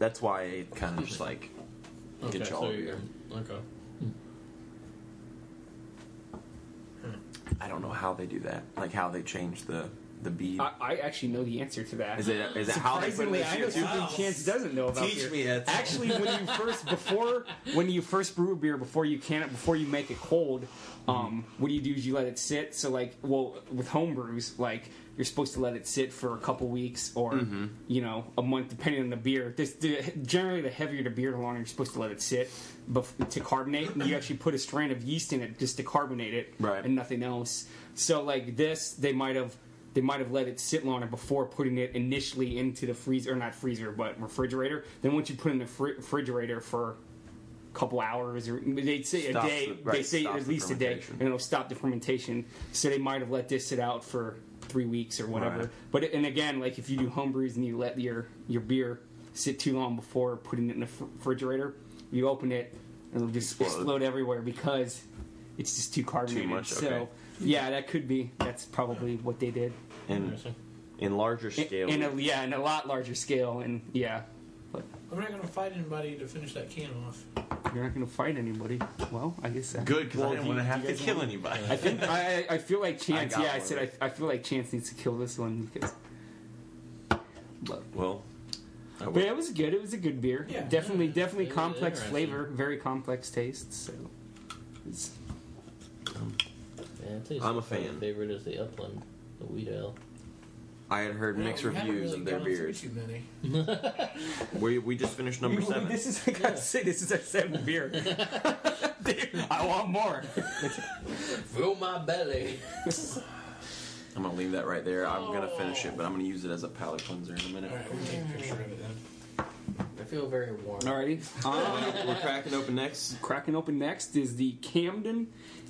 that's why it kind of just like
Okay,
gets you all
so
over
you
your-
go. Okay.
I don't know how they do that, like how they change the the bead.
I, I actually know the answer to that.
Is it is it how they put it in
Surprisingly, I know
the CO2?
something
Wow.
Chance doesn't know about.
Teach
beer.
me that.
Actually, when you first before when you first brew a beer, before you can it, before you make it cold, um, what do you do? Is you let it sit. So like, well, with home brews, like you're supposed to let it sit for a couple weeks or you know a month, depending on the beer. This the, generally the heavier the beer, the longer you're supposed to let it sit bef- to carbonate. And you actually put a strand of yeast in it just to carbonate it,
Right.
And nothing else. So like this, they might have. They might have let it sit longer before putting it initially into the freezer, or not freezer, but refrigerator. Then once you put it in the fri- refrigerator for couple hours or they'd say
Stops
a day
the- right,
they say
stops
at
the
least a day
fermentation.
and it'll stop the fermentation so they might have let this sit out for three weeks or whatever
Right.
but and again like if you do home brews and you let your your beer sit too long before putting it in the fr- refrigerator you open it and it'll just
Explode.
explode, everywhere because it's just too carbonated
much, okay.
so yeah that could be that's probably what they did
In,
Mm.
Interesting.
in larger
In-
scale,
in a, yeah in a lot larger scale and yeah but
I'm not going to fight anybody to finish that can off.
you're not gonna fight anybody well i guess that
good because
Well,
I
do
didn't
you-
want to
do
have
you
to
guys
kill
wanna-
anybody.
I think I, I- I feel like Chance.
got
yeah, I
one.
said I, I feel like Chance needs to kill this one because. But,
well, I
but
will.
it was good. It was a good beer.
Yeah.
definitely, definitely
It was
complex
interesting.
flavor, very complex taste. So, it's,
Yeah, it tastes
I'm a
like my
fan.
Favorite is the Upland, the wheat ale.
I had heard mixed
Well, we haven't
reviews
really
of their
gone through
beers.
Too many.
We, we just finished number
We- we-
seven.
This is like I say. This is our seventh beer. *laughs* Dude, I want more.
Fill my belly.
I'm gonna leave that right there. I'm gonna finish it, but I'm gonna use it as a palate cleanser in a minute.
All right, we'll take a picture of it then.
I feel very warm.
Alrighty, um,
We're cracking open next.
cracking open next is the Camden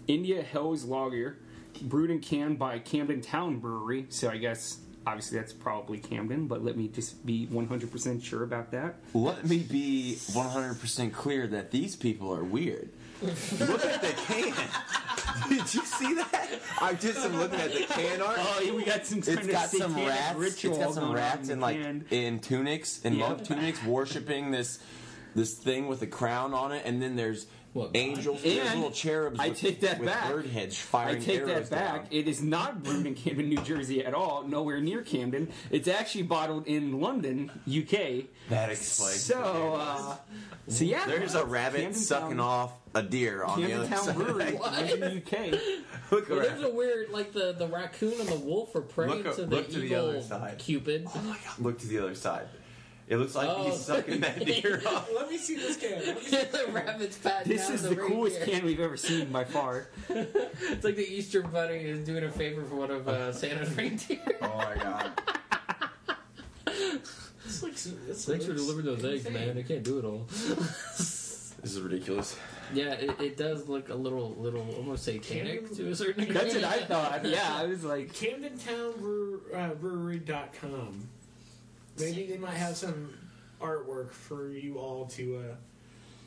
India Hell's Lager, brewed and canned by Camden Town Brewery. So I guess obviously that's probably Camden, but let me just be 100% sure about that.
Let me be 100% clear that these people are weird. Look at the can. *laughs* Did you see that? I just am looking at the can art.
Oh, yeah, we got some.
It's
kind of
got some
satanic
rats.
Ritual
It's got some
going on
rats
the
in like
can.
in tunics in
Yeah.
monk tunics, worshiping this this thing with a crown on it, and then there's
What?
Angels,
And
there's little cherubs
I
with,
take that
with
back.
bird heads
I
firing
take
arrows
that back.
down.
It is not brewed in Camden, New Jersey at all, nowhere near Camden. It's actually bottled in London, UK.
That explains.
So, uh, so yeah.
There's a rabbit
Camden
sucking
Town-
off a deer on
Camden
the other
Town
side.
*laughs* Brewery,
What?
London, UK.
*laughs* Look
Well, there's
around. Oh
a weird, like the, the raccoon and the wolf are preying
Look up-
to the
look to
evil
the other side.
Cupid. *laughs*
Oh my god! Look to the other side. It looks like
Oh.
he's sucking
*laughs*
that deer off.
Let me see this can. Let me see
the rabbit's patting
This
down
is
the
the coolest
reindeer.
can we've ever seen by far.
It's like the Easter Bunny is doing a favor for one of uh, *laughs* Santa's reindeer.
Oh my god!
This looks, this
Thanks for
looks
delivering those eggs,
insane.
man. I can't do it all.
This is ridiculous.
Yeah, it, it does look a little, little, almost satanic to a certain degree.
That's what I thought. *laughs* Yeah, I was like,
CamdenTownBrewery.com. Maybe they might have some artwork for you all to uh,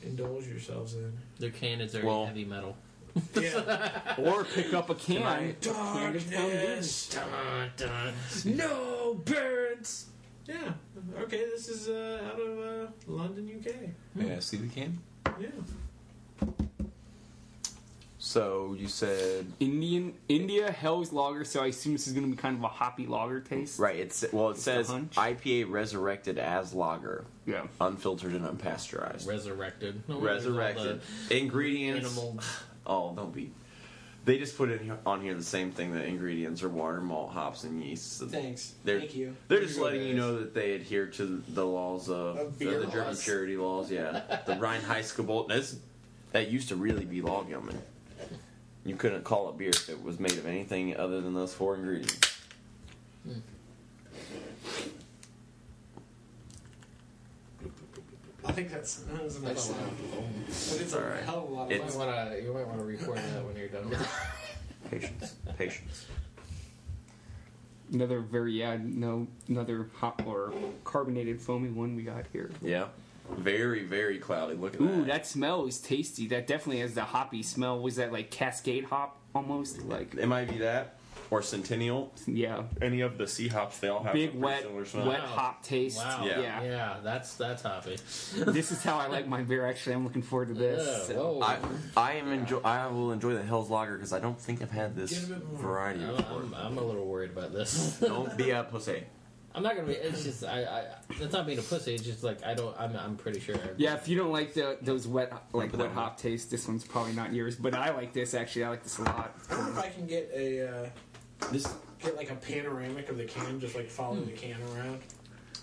indulge yourselves in.
Their cannons are
Well-
heavy metal.
*laughs*
Yeah.
or pick up a can.
I-
Darkness.
Dun, dun. No birds.
Yeah. Okay, this is uh, out of uh, London, UK.
Yeah, see the can.
Yeah.
So you said
Indian India Hell's Lager, so I assume this is going to be kind of a hoppy lager taste.
right. It's well. It says
a hunch.
IPA resurrected as lager,
Yeah.
unfiltered and unpasteurized.
Resurrected. No wonder there's all
Resurrected
the
ingredients.
Animal.
Oh, don't be. They just put in here, on here the same thing. The ingredients are water, malt, hops, and yeast. So
Thanks.
They're,
Thank you.
They're
There
just
you go,
letting you
guys.
know that they adhere to the laws of,
Of
of
beer
the German
laws.
purity laws. Yeah, the Rhine Heiskgebot. That's that used to really be lawgilman. You couldn't call it beer if it was made of anything other than those four ingredients.
I think that's that was enough.
That's-
But it's
All
a
right.
hell of a lot of
You
It's-
might wanna- You might want to record that when you're done.
Patience, patience.
Another very yeah no another hop or carbonated foamy one we got here.
Yeah, very very cloudy. Look at
Ooh,
that.
that smell is tasty. That definitely has the hoppy smell. Was that like Cascade hop almost? Like
It might be that or Centennial.
yeah,
Any of the sea hops, they all have a
big
pretty
wet
similar smell.
wet
Wow.
hop taste.
Wow.
Yeah.
Yeah.
Yeah, that's that's hoppy.
this is how I like my beer. Actually, I'm looking forward to this.
Yeah,
so.
whoa.
I I am enjoy. I will enjoy the Hell's Lager because I don't think I've had this
Get a bit more.
variety
I'm,
before.
I'm, I'm a little worried about this. *laughs*
don't be a pussy.
I'm not gonna be. It's just I. I that's not being a pussy. It's just like I don't. I'm. I'm pretty sure.
Yeah, if you don't like the those wet like
put
wet
that one.
hop taste, this one's probably not yours. But I like this actually. I like this a lot.
I wonder if I can get a uh,
This
get like a panoramic of the can, just like follow
Hmm.
the can around.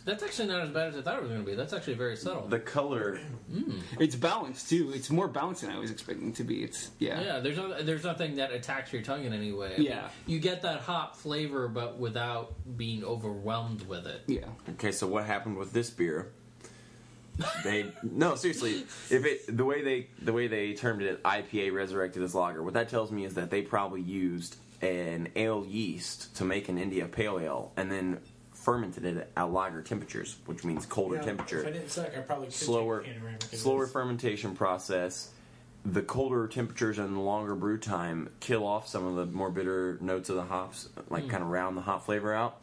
That's actually not as bad as I thought it was gonna be. That's actually very subtle.
the color.
It's balanced too. It's more balanced than I was expecting to be. It's yeah.
yeah, there's no, there's nothing that attacks your tongue in any way. I
Yeah.
mean, you get that hop flavor, but without being overwhelmed with it.
Yeah.
Okay, so what happened with this beer? They no seriously. If it the way they the way they termed it IPA resurrected as lager. What that tells me is that they probably used an ale yeast to make an India Pale Ale and then fermented it at lager temperatures, which means colder
Yeah,
temperature.
If I didn't suck, I probably could
slower
Take a panoramic of
slower
This.
fermentation process. The colder temperatures and the longer brew time kill off some of the more bitter notes of the hops,
Hmm.
like kind of round the hop flavor out.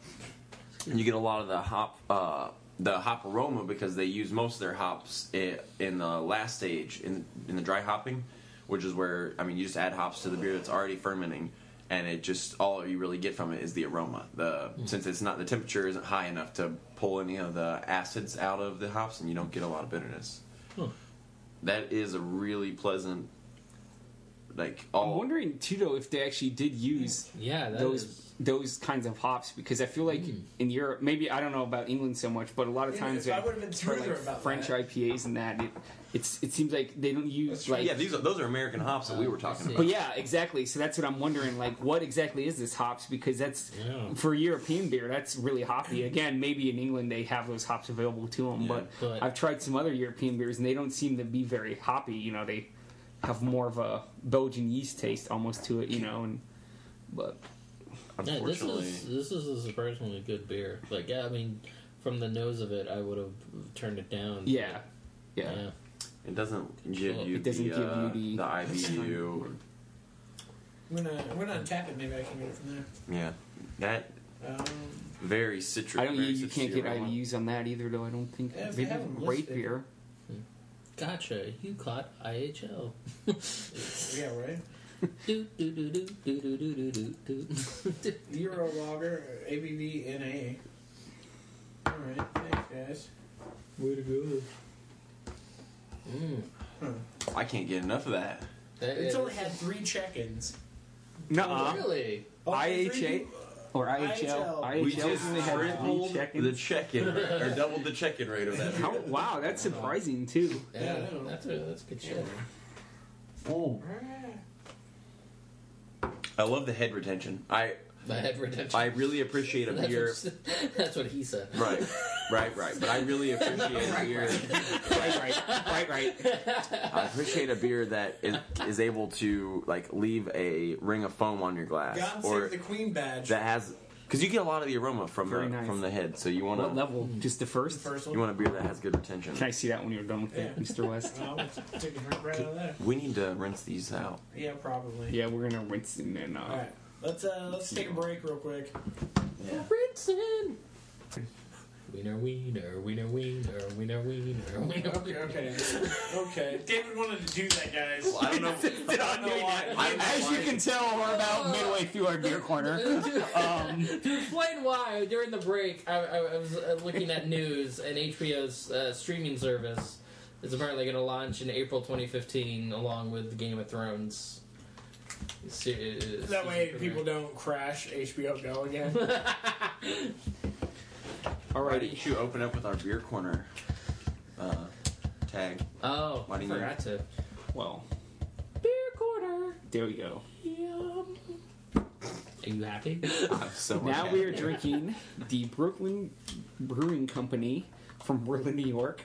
And you get a lot of the hop uh, the hop aroma because they use most of their hops i- in the last stage in in the dry hopping, which is where I mean you just add hops to the beer that's already fermenting. And it just all you really get from it is the aroma. The
Mm.
since it's not the temperature isn't high enough to pull any of the acids out of the hops, and you don't get a lot of bitterness. That is a really pleasant, like
I'm
all.
wondering too though if they actually did use
Yeah, that
those
is-
those kinds of hops because I feel like in Europe maybe I don't know about England so much, but a lot of
If-
times
Mm. if I
they-
would've been
for,
smoother
like,
about
French
that.
IPAs and that it it's it seems like they don't use like
yeah, these are, those are American hops that we were
Uh, I
talking
see.
about.
But yeah, exactly. So that's what I'm wondering. Like, what exactly is this hops? Because that's
Yeah.
for European beer. That's really hoppy. Again, maybe in England they have those hops available to them,
Yeah.
but,
But-
I've tried some other European beers and they don't seem to be very hoppy. You know, they have more of a Belgian yeast taste almost to it. You know, and but
Yeah, this
Unfortunately,
is this is a surprisingly good beer. Like, yeah, I mean, from the nose of it, I would have turned it down.
yeah, yeah.
yeah.
it doesn't give
Well,
you
it doesn't
the,
give you
uh,
the-
the IBU.
I'm gonna I'm gonna untap it. Maybe I can get it from
yeah, that
there. Um,
very citrus.
I don't. You,
very
you can't
citrusy
get
aroma.
IBUs on that either, though. I don't think.
Yeah, if they
maybe
have 'em
great
listed.
beer.
Gotcha. You caught IHL.
Yeah, right.
*laughs* do, do, do, do, do, do, do, do, do, do. *laughs*
Euro Lager, ABV NA. All right, thanks, guys. Way to go.
Mm.
I can't get enough of that.
That
It's
is-
only
*laughs*
had three check-ins.
Nuh-uh.
Really?
Only three
IHA
people-
or IHL.
IHL.
We
IHL
just
only had
tripled
three
the
check-ins.
check-in rate, or doubled the check-in rate of that.
How, wow, that's surprising too.
Yeah,
Yeah, I know.
that's a, that's good shit.
Oh. I love the head retention. I
The head retention.
I really appreciate
*laughs*
a
that's,
beer.
what, that's what he said. *laughs*
Right, right, right. But I really appreciate a beer.
Right, right, right, right.
I appreciate a beer that is, is able to like leave a ring of foam on your glass,
God
or
save the Queen badge.
that has because you get a lot of the aroma from the
Very nice.
from the head. So you want
What
to
level? Just the first.
First
you
one.
want a beer that has good retention.
Can I see that when you're done with that,
Yeah.
Mr. West?
Well, let's take a drink right out of there.
We need to rinse these out.
Yeah, probably.
Yeah, we're gonna rinse and then. Uh,
All right. Let's uh, let's take a break real quick.
Yeah.
Rinson. Wiener, wiener, wiener, wiener, wiener, wiener, wiener.
*laughs* Okay, okay, okay. *laughs* David wanted to do that, guys.
I
*laughs*
don't know.
As you can tell, we're about midway through our beer corner.
to,
Um,
to explain why during the break I, I, I was uh, looking at news and HBO's uh, streaming service is apparently going to launch in April 2015 along with the Game of Thrones. se-
*laughs*
uh,
That way,
season
people don't crash HBO Go *laughs* again.
Why didn't you open up with our beer corner uh, *laughs*
premiere.
tag?
Oh,
Why
I
didn't you-
forgot to.
Well,
Beer corner.
there we go.
Yum. Are you happy?
I'm so much
Now
happy.
we are drinking the Brooklyn Brewing Company from Brooklyn, New York.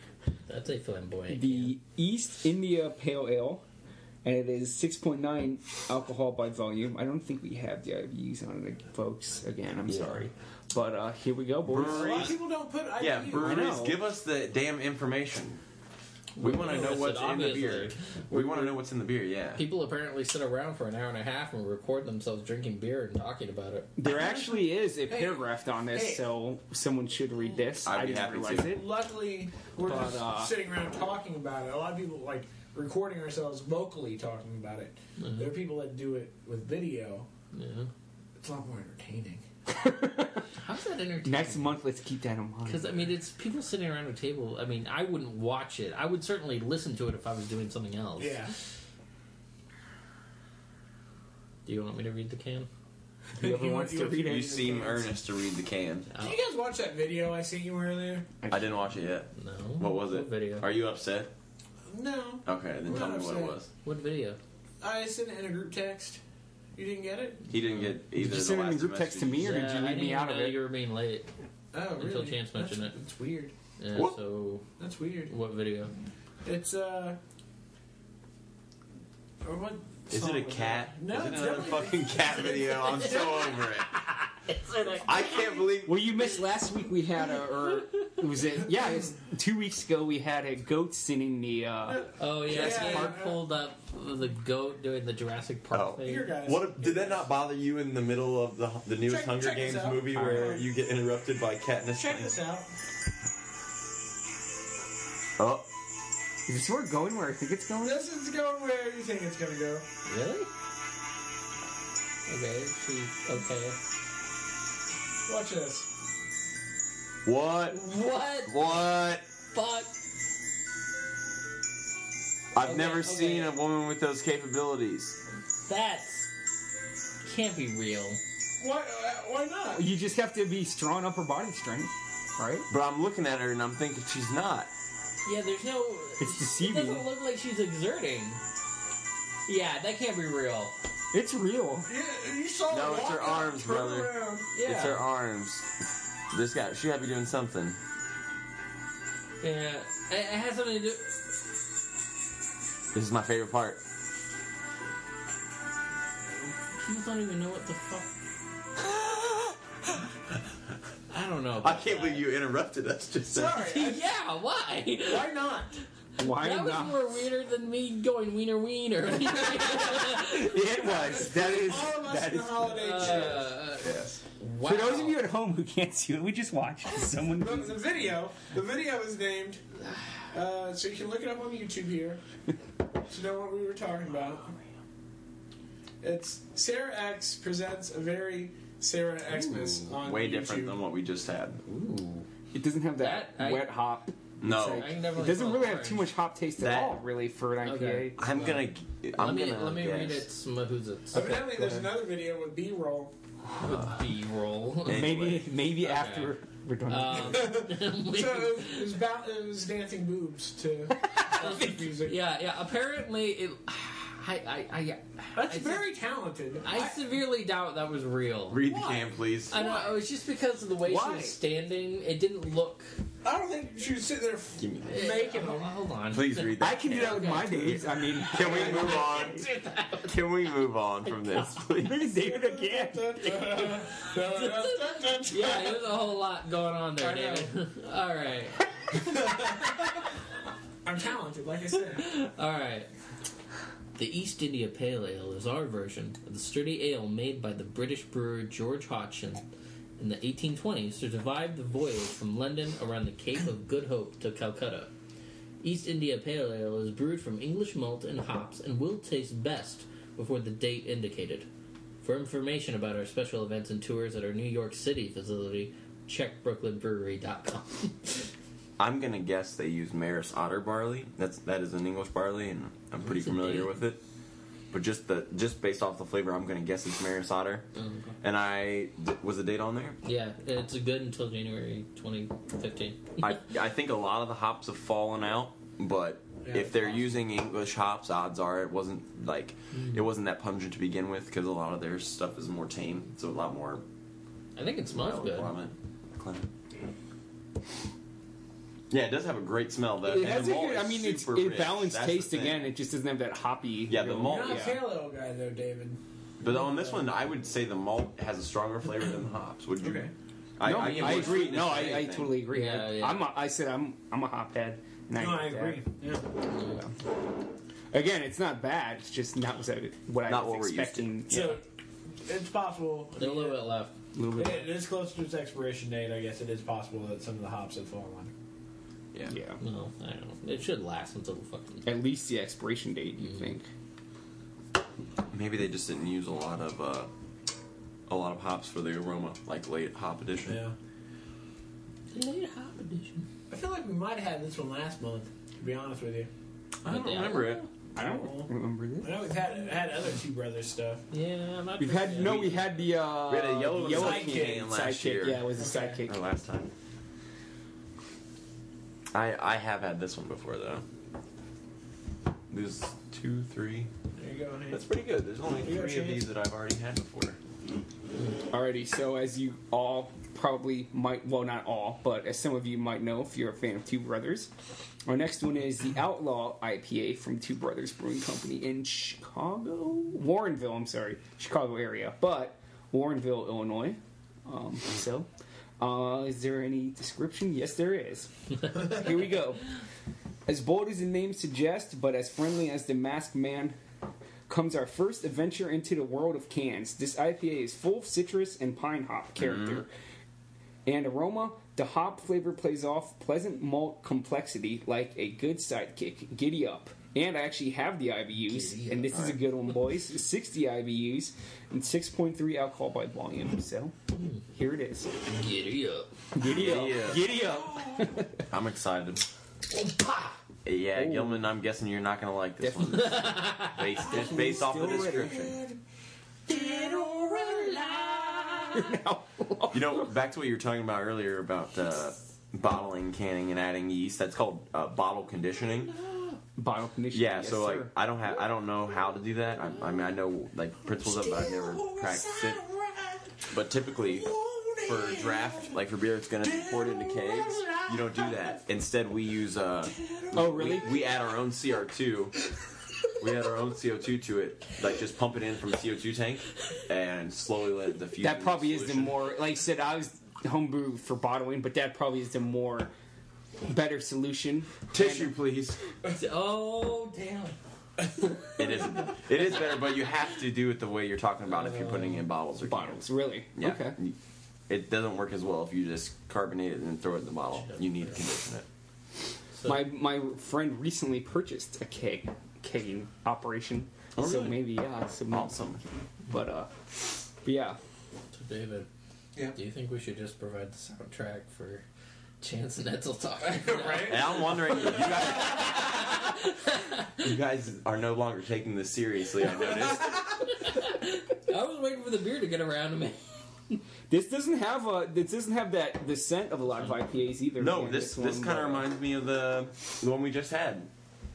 That's a flamboyant.
The East India Pale Ale, and it is 6.9 alcohol by volume. I don't think we have the IBUs on it, folks. Again, I'm sorry, but uh, here we go, boys.
a lot of
Breweries.
people don't put IPA.
Yeah,
I
breweries,
know.
give us the damn information. We want to know
Listen,
what's in the beer.
obviously.
We want to know what's in the beer. Yeah.
People apparently sit around for an hour and a half and record themselves drinking beer and talking about it.
There actually is a
Hey,
paragraph on this,
hey.
so someone should read this.
I'd
I
be
didn't
happy to.
realize it.
Luckily, we're
But,
just
uh,
sitting around talking about it. A lot of people like recording ourselves vocally talking about it. There are people that do it with video.
Yeah.
It's a lot more entertaining.
How's that entertaining?
Next month, let's keep that in mind.
Because I mean, it's people sitting around a table. I mean, I wouldn't watch it. I would certainly listen to it if I was doing something else.
Yeah.
Do you want me to read the can?
Whoever
You
wants
want-
to read
You
it.
seem earnest to read the can.
Did you guys watch that video I sent you earlier?
I didn't watch it yet.
No.
What was it?
video?
Are you upset?
No,
Okay, then
We're
tell
not
me what it
upset.
was.
What video?
I sent it in a group text. You didn't get it?
He didn't get either.
Did you
the
send it in
last
a group
two
text to me,
messages.
or
Yeah,
did you
I
leave
didn't
me
even
out of
know
it?
You were being late.
Oh,
Until
really?
Chance
That's-
mentioned
That's weird.
Yeah,
What?
So
That's weird.
what video?
It's uh. Or what?
Is
song
it a
was
cat?
that? No,
Is it
it's
another
definitely-
*laughs*
fucking cat video? I'm so over it. I can't believe.
Well, you missed last week. We had a, or was it? Yeah, it's two weeks ago. We had a goat singing the. Uh,
Oh yeah,
Jurassic
yeah,
Park?
pulled up the goat doing the Jurassic Park
Oh.
thing.
Here, guys.
What if- did that not bother you in the middle of the the newest
Check-
Hunger
check this
Games
out.
movie where you get interrupted by Katniss?
Check this out.
Oh,
is this where we're going? Where I think it's going?
This is going where you think it's gonna go.
Really? Okay. She. Okay.
Watch this.
what?
What?
What?
Fuck.
I've
Okay,
never
okay.
seen a woman with those capabilities.
That's can't be real.
Why? Uh, why not?
You just have to be strong upper body strength, right?
But I'm looking at her and I'm thinking she's not.
Yeah, there's no.
It's
It doesn't
deceiving.
look like she's exerting. Yeah, that can't be real.
It's real.
You, you saw
No,
her
it's her
walk up,
arms,
turn
brother. *laughs*
around.
Yeah.
It's her arms. This guy, she had to be doing something.
Yeah, it, it has something to do.
This is my favorite part.
People don't even know what the fuck. I don't know.
I can't believe you interrupted us just then.
Sorry. I-
*laughs* yeah, why?
why
*laughs*
not?
Why
That was
not?
more weirder than me going wiener
*laughs*
wiener.
*laughs* It was. That is.
All of us
That
in
is.
the holiday cheer.
Uh,
Yes.
Oh, wow.
For those of you at home who can't see it, we just watched someone.
Look, the video. The video is named Uh, so you can look it up on YouTube here to know what we were talking about. It's Sarah X presents a very Sarah Xmas on
Way
YouTube.
different than what we just had.
Ooh.
It doesn't have that,
That- I-
wet hop.
No.
It's like-
I never
it
really
doesn't
smelled
really have too much
orange.
hop taste at
That-
all, really, for an IPA.
Okay.
I'm
No.
gonna. I'm
let me
gonna
let me
guess.
read its Mahoozits
Evidently, there's another video with B-roll.
with B roll. *laughs*
Maybe
Anyway.
maybe
Okay.
after we're done.
Um,
So it was, it was, about, it was dancing boobs to worship music.
yeah, yeah. Apparently, it. *sighs* I, I, I,
That's
I-
very talented.
I severely doubt that was real.
Read the
Why?
can, please.
I don't know. It was just because of the way
Why?
she was standing. It didn't look.
I, I don't think she was sitting there
Give me that.
making
Hold-
them.
Hold on.
Please read that.
I can do that with my days. I
*laughs*
mean, *laughs*
Can we move on? Can we move on from this, please?
David again.
*laughs*
Yeah, there's a whole lot going on there,
I know.
David. *laughs* all right,
I'm talented, like I said.
all right. The East India Pale Ale is our version of the sturdy ale made by the British brewer George Hodgson in the 1820s to survive the voyage from London around the Cape of Good Hope to Calcutta. East India Pale Ale is brewed from English malt and hops and will taste best before the date indicated. For information about our special events and tours at our New York City facility, check brooklynbrewery.com.
I'm gonna guess they use Maris Otter barley. That's that is an English barley, and I'm pretty
What's it
familiar
be?
with it. But just the just based off the flavor, I'm gonna guess it's Maris Otter. And I was the date on there.
Yeah, it's good until January 2015.
I I think a lot of the hops have fallen out, but
Yeah,
if they're
possible.
using English hops, odds are it wasn't like it wasn't that pungent to begin with because a lot of their stuff is more tame, so a lot more
I think it smells
mild
good.
climate. climate. Yeah, it does have a great smell. The,
It
and
has
the
a
malt
good, I
is
mean, it's
super
it
rich.
balanced
That's the
taste
thing.
again. It just doesn't have that hoppy.
Yeah, the
really-
malt-
You're not
yeah.
a parallel guy, though, David.
But on this one, I would say the malt has a stronger flavor than the hops. Would you?
Okay.
no, I,
give it
agree.
sweetness
No,
to
I, I
anything.
totally agree.
Yeah,
I,
yeah.
I'm a, I said I'm I'm a hophead. and
No, I
get
agree. Yeah.
that. Again, it's not bad. It's just not what I, what
Not
I was
what we're used to.
expecting.
So it's possible.
There's a little bit left.
A little bit.
It is close to its expiration date. I guess it is possible that some of the hops have fallen.
Yeah.
Yeah.
No, I don't know. It should last until the fucking.
At least the expiration date.
Mm-hmm.
You think?
Maybe they just didn't use a lot of uh, a lot of hops for the aroma, like late hop edition.
Yeah.
Late hop edition.
I feel like we might have had this one last month. To be honest with you,
I don't
Yeah.
remember it.
I don't remember this.
I know we've had had other two brothers stuff.
Yeah, I'm not.
We've had no. We had the uh,
We had a yellow
the yellow
sidekick
can
last
sidekick.
year.
Yeah, it was a
Okay.
sidekick.
Or last time. I I have had this one before though. There's two, three.
There you go. Hank.
That's pretty good. There's only
You got
three
chance.
of these that I've already had before.
Alrighty, so as you all probably might, well, not all, but as some of you might know if you're a fan of Two Brothers, our next one is the Outlaw IPA from Two Brothers Brewing Company in Chicago? Warrenville, I'm sorry, Chicago area, but Warrenville, Illinois. Um, so, uh, is there any description? Yes, there is. Here we go. As bold as the name suggests, but as friendly as the masked man comes our first adventure into the world of cans. This IPA is full of citrus and pine hop character and aroma. The hop flavor plays off pleasant malt complexity like a good sidekick. Giddy up. And I actually have the IBUs,
Giddy up.
and this is a good one, boys. 60 IBUs and 6.3 alcohol by volume. So here it is.
Giddy up.
Giddy up.
Giddy up.
Giddy up.
I'm excited.
Pah!
Yeah,
Oh.
Gilman, I'm guessing you're not gonna like this one. based, just based off the
Still ready.
description. *laughs* You know, back to what you were talking about earlier about uh, bottling, canning, and adding yeast. That's called uh, bottle conditioning.
Bottle condition.
Yeah.
yes,
so like,
sir.
I don't have, I don't know how to do that. I, I mean, I know like principles of it, but I've never practiced it. But typically, for draft, like for beer, it's gonna be poured into kegs. You don't do that. Instead, we use. Uh,
Oh, really?
We, we add our own CR2. We add our own CO2 to it, like just pump it in from a CO2 tank, and slowly let it diffuse.
that
in
probably is the
solution.
more like I said I was homebrew for bottling, but that probably is the more better solution.
tissue, please.
Oh damn.
It is. It is better, but you have to do it the way you're talking about if you're putting it in bottles or
Bottles,
bottles.
really?
Yeah.
Okay.
It doesn't work as well if you just carbonate it and throw it in the bottle. You need to condition it.
So-
My my friend recently purchased a keg kegging operation,
Oh,
so
really?
maybe yeah, so maybe-
Awesome.
But uh, but yeah,
So David,
Yeah.
do you think we should just provide the soundtrack for Chance and Edsel talking? *laughs*
*laughs*
Right?
And I'm wondering, you guys,
*laughs*
you guys are no longer taking this seriously. I noticed.
I was waiting for the beer to get around to me.
this doesn't have a this doesn't have that the scent of a lot of IPAs either.
No,
man,
this
one,
this kind
but, uh,
of reminds me of the the one we just had.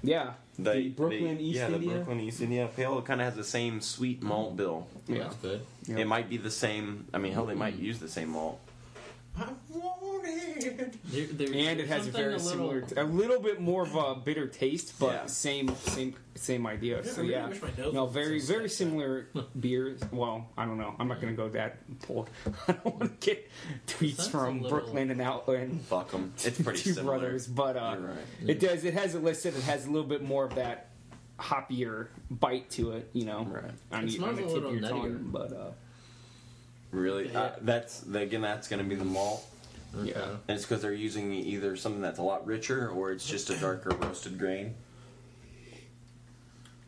yeah the, Brooklyn East
yeah,
India.
the Brooklyn East India Pale. It kind of has the same sweet malt bill.
Yeah,
That's good.
Yeah.
It might be the same. I mean, hell, they might use the same malt.
I want it.
There, there-
and it has a
something
very
little-
similar, a little bit more of a bitter taste, but
Yeah.
same same same idea.
Yeah, I
so
really
yeah,
wish my nose
no,
was
very
so
very
stiff.
similar
*laughs*
beers. Well, I don't know. I'm not gonna go that bold. *laughs* I don't want to get tweets
Sounds
from
a little-
Brooklyn and Outland.
Fuck them.
*laughs*
It's *laughs* pretty
two
similar.
brothers, but uh,
You're right.
it does. It has it listed. It has a little bit more of that hoppier bite to it. You know,
Right.
on,
It
the-
smells
on the
a
tip
little
of your tongue.
nuttier.
But uh,
Really,
Yeah.
uh, that's again. That's going to be the malt.
Okay.
Yeah.
And it's because they're using either something that's a lot richer or it's just a darker roasted grain.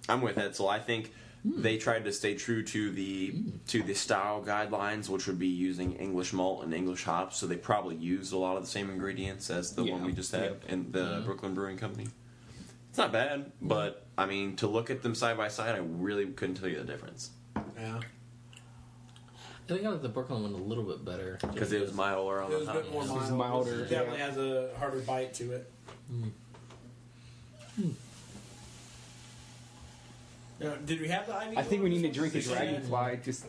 I'm with Edsel. I think
Hmm.
they tried to stay true to the to the style guidelines, which would be using English malt and English hops. So they probably used a lot of the same ingredients as the one
Yeah.
we just had in the
Mm-hmm.
Brooklyn Brewing Company. It's not bad, but I mean, to look at them side by side, I really couldn't tell you the difference
Yeah.
I think I like the Brooklyn one a little bit better
because it was milder on
It
the
was a
top.
bit more
It's
mild.
milder,
It definitely
yeah.
has a harder bite to it. Hmm. Now, did we have the IBU?
I think we need to drink a
Yeah.
dragonfly. Just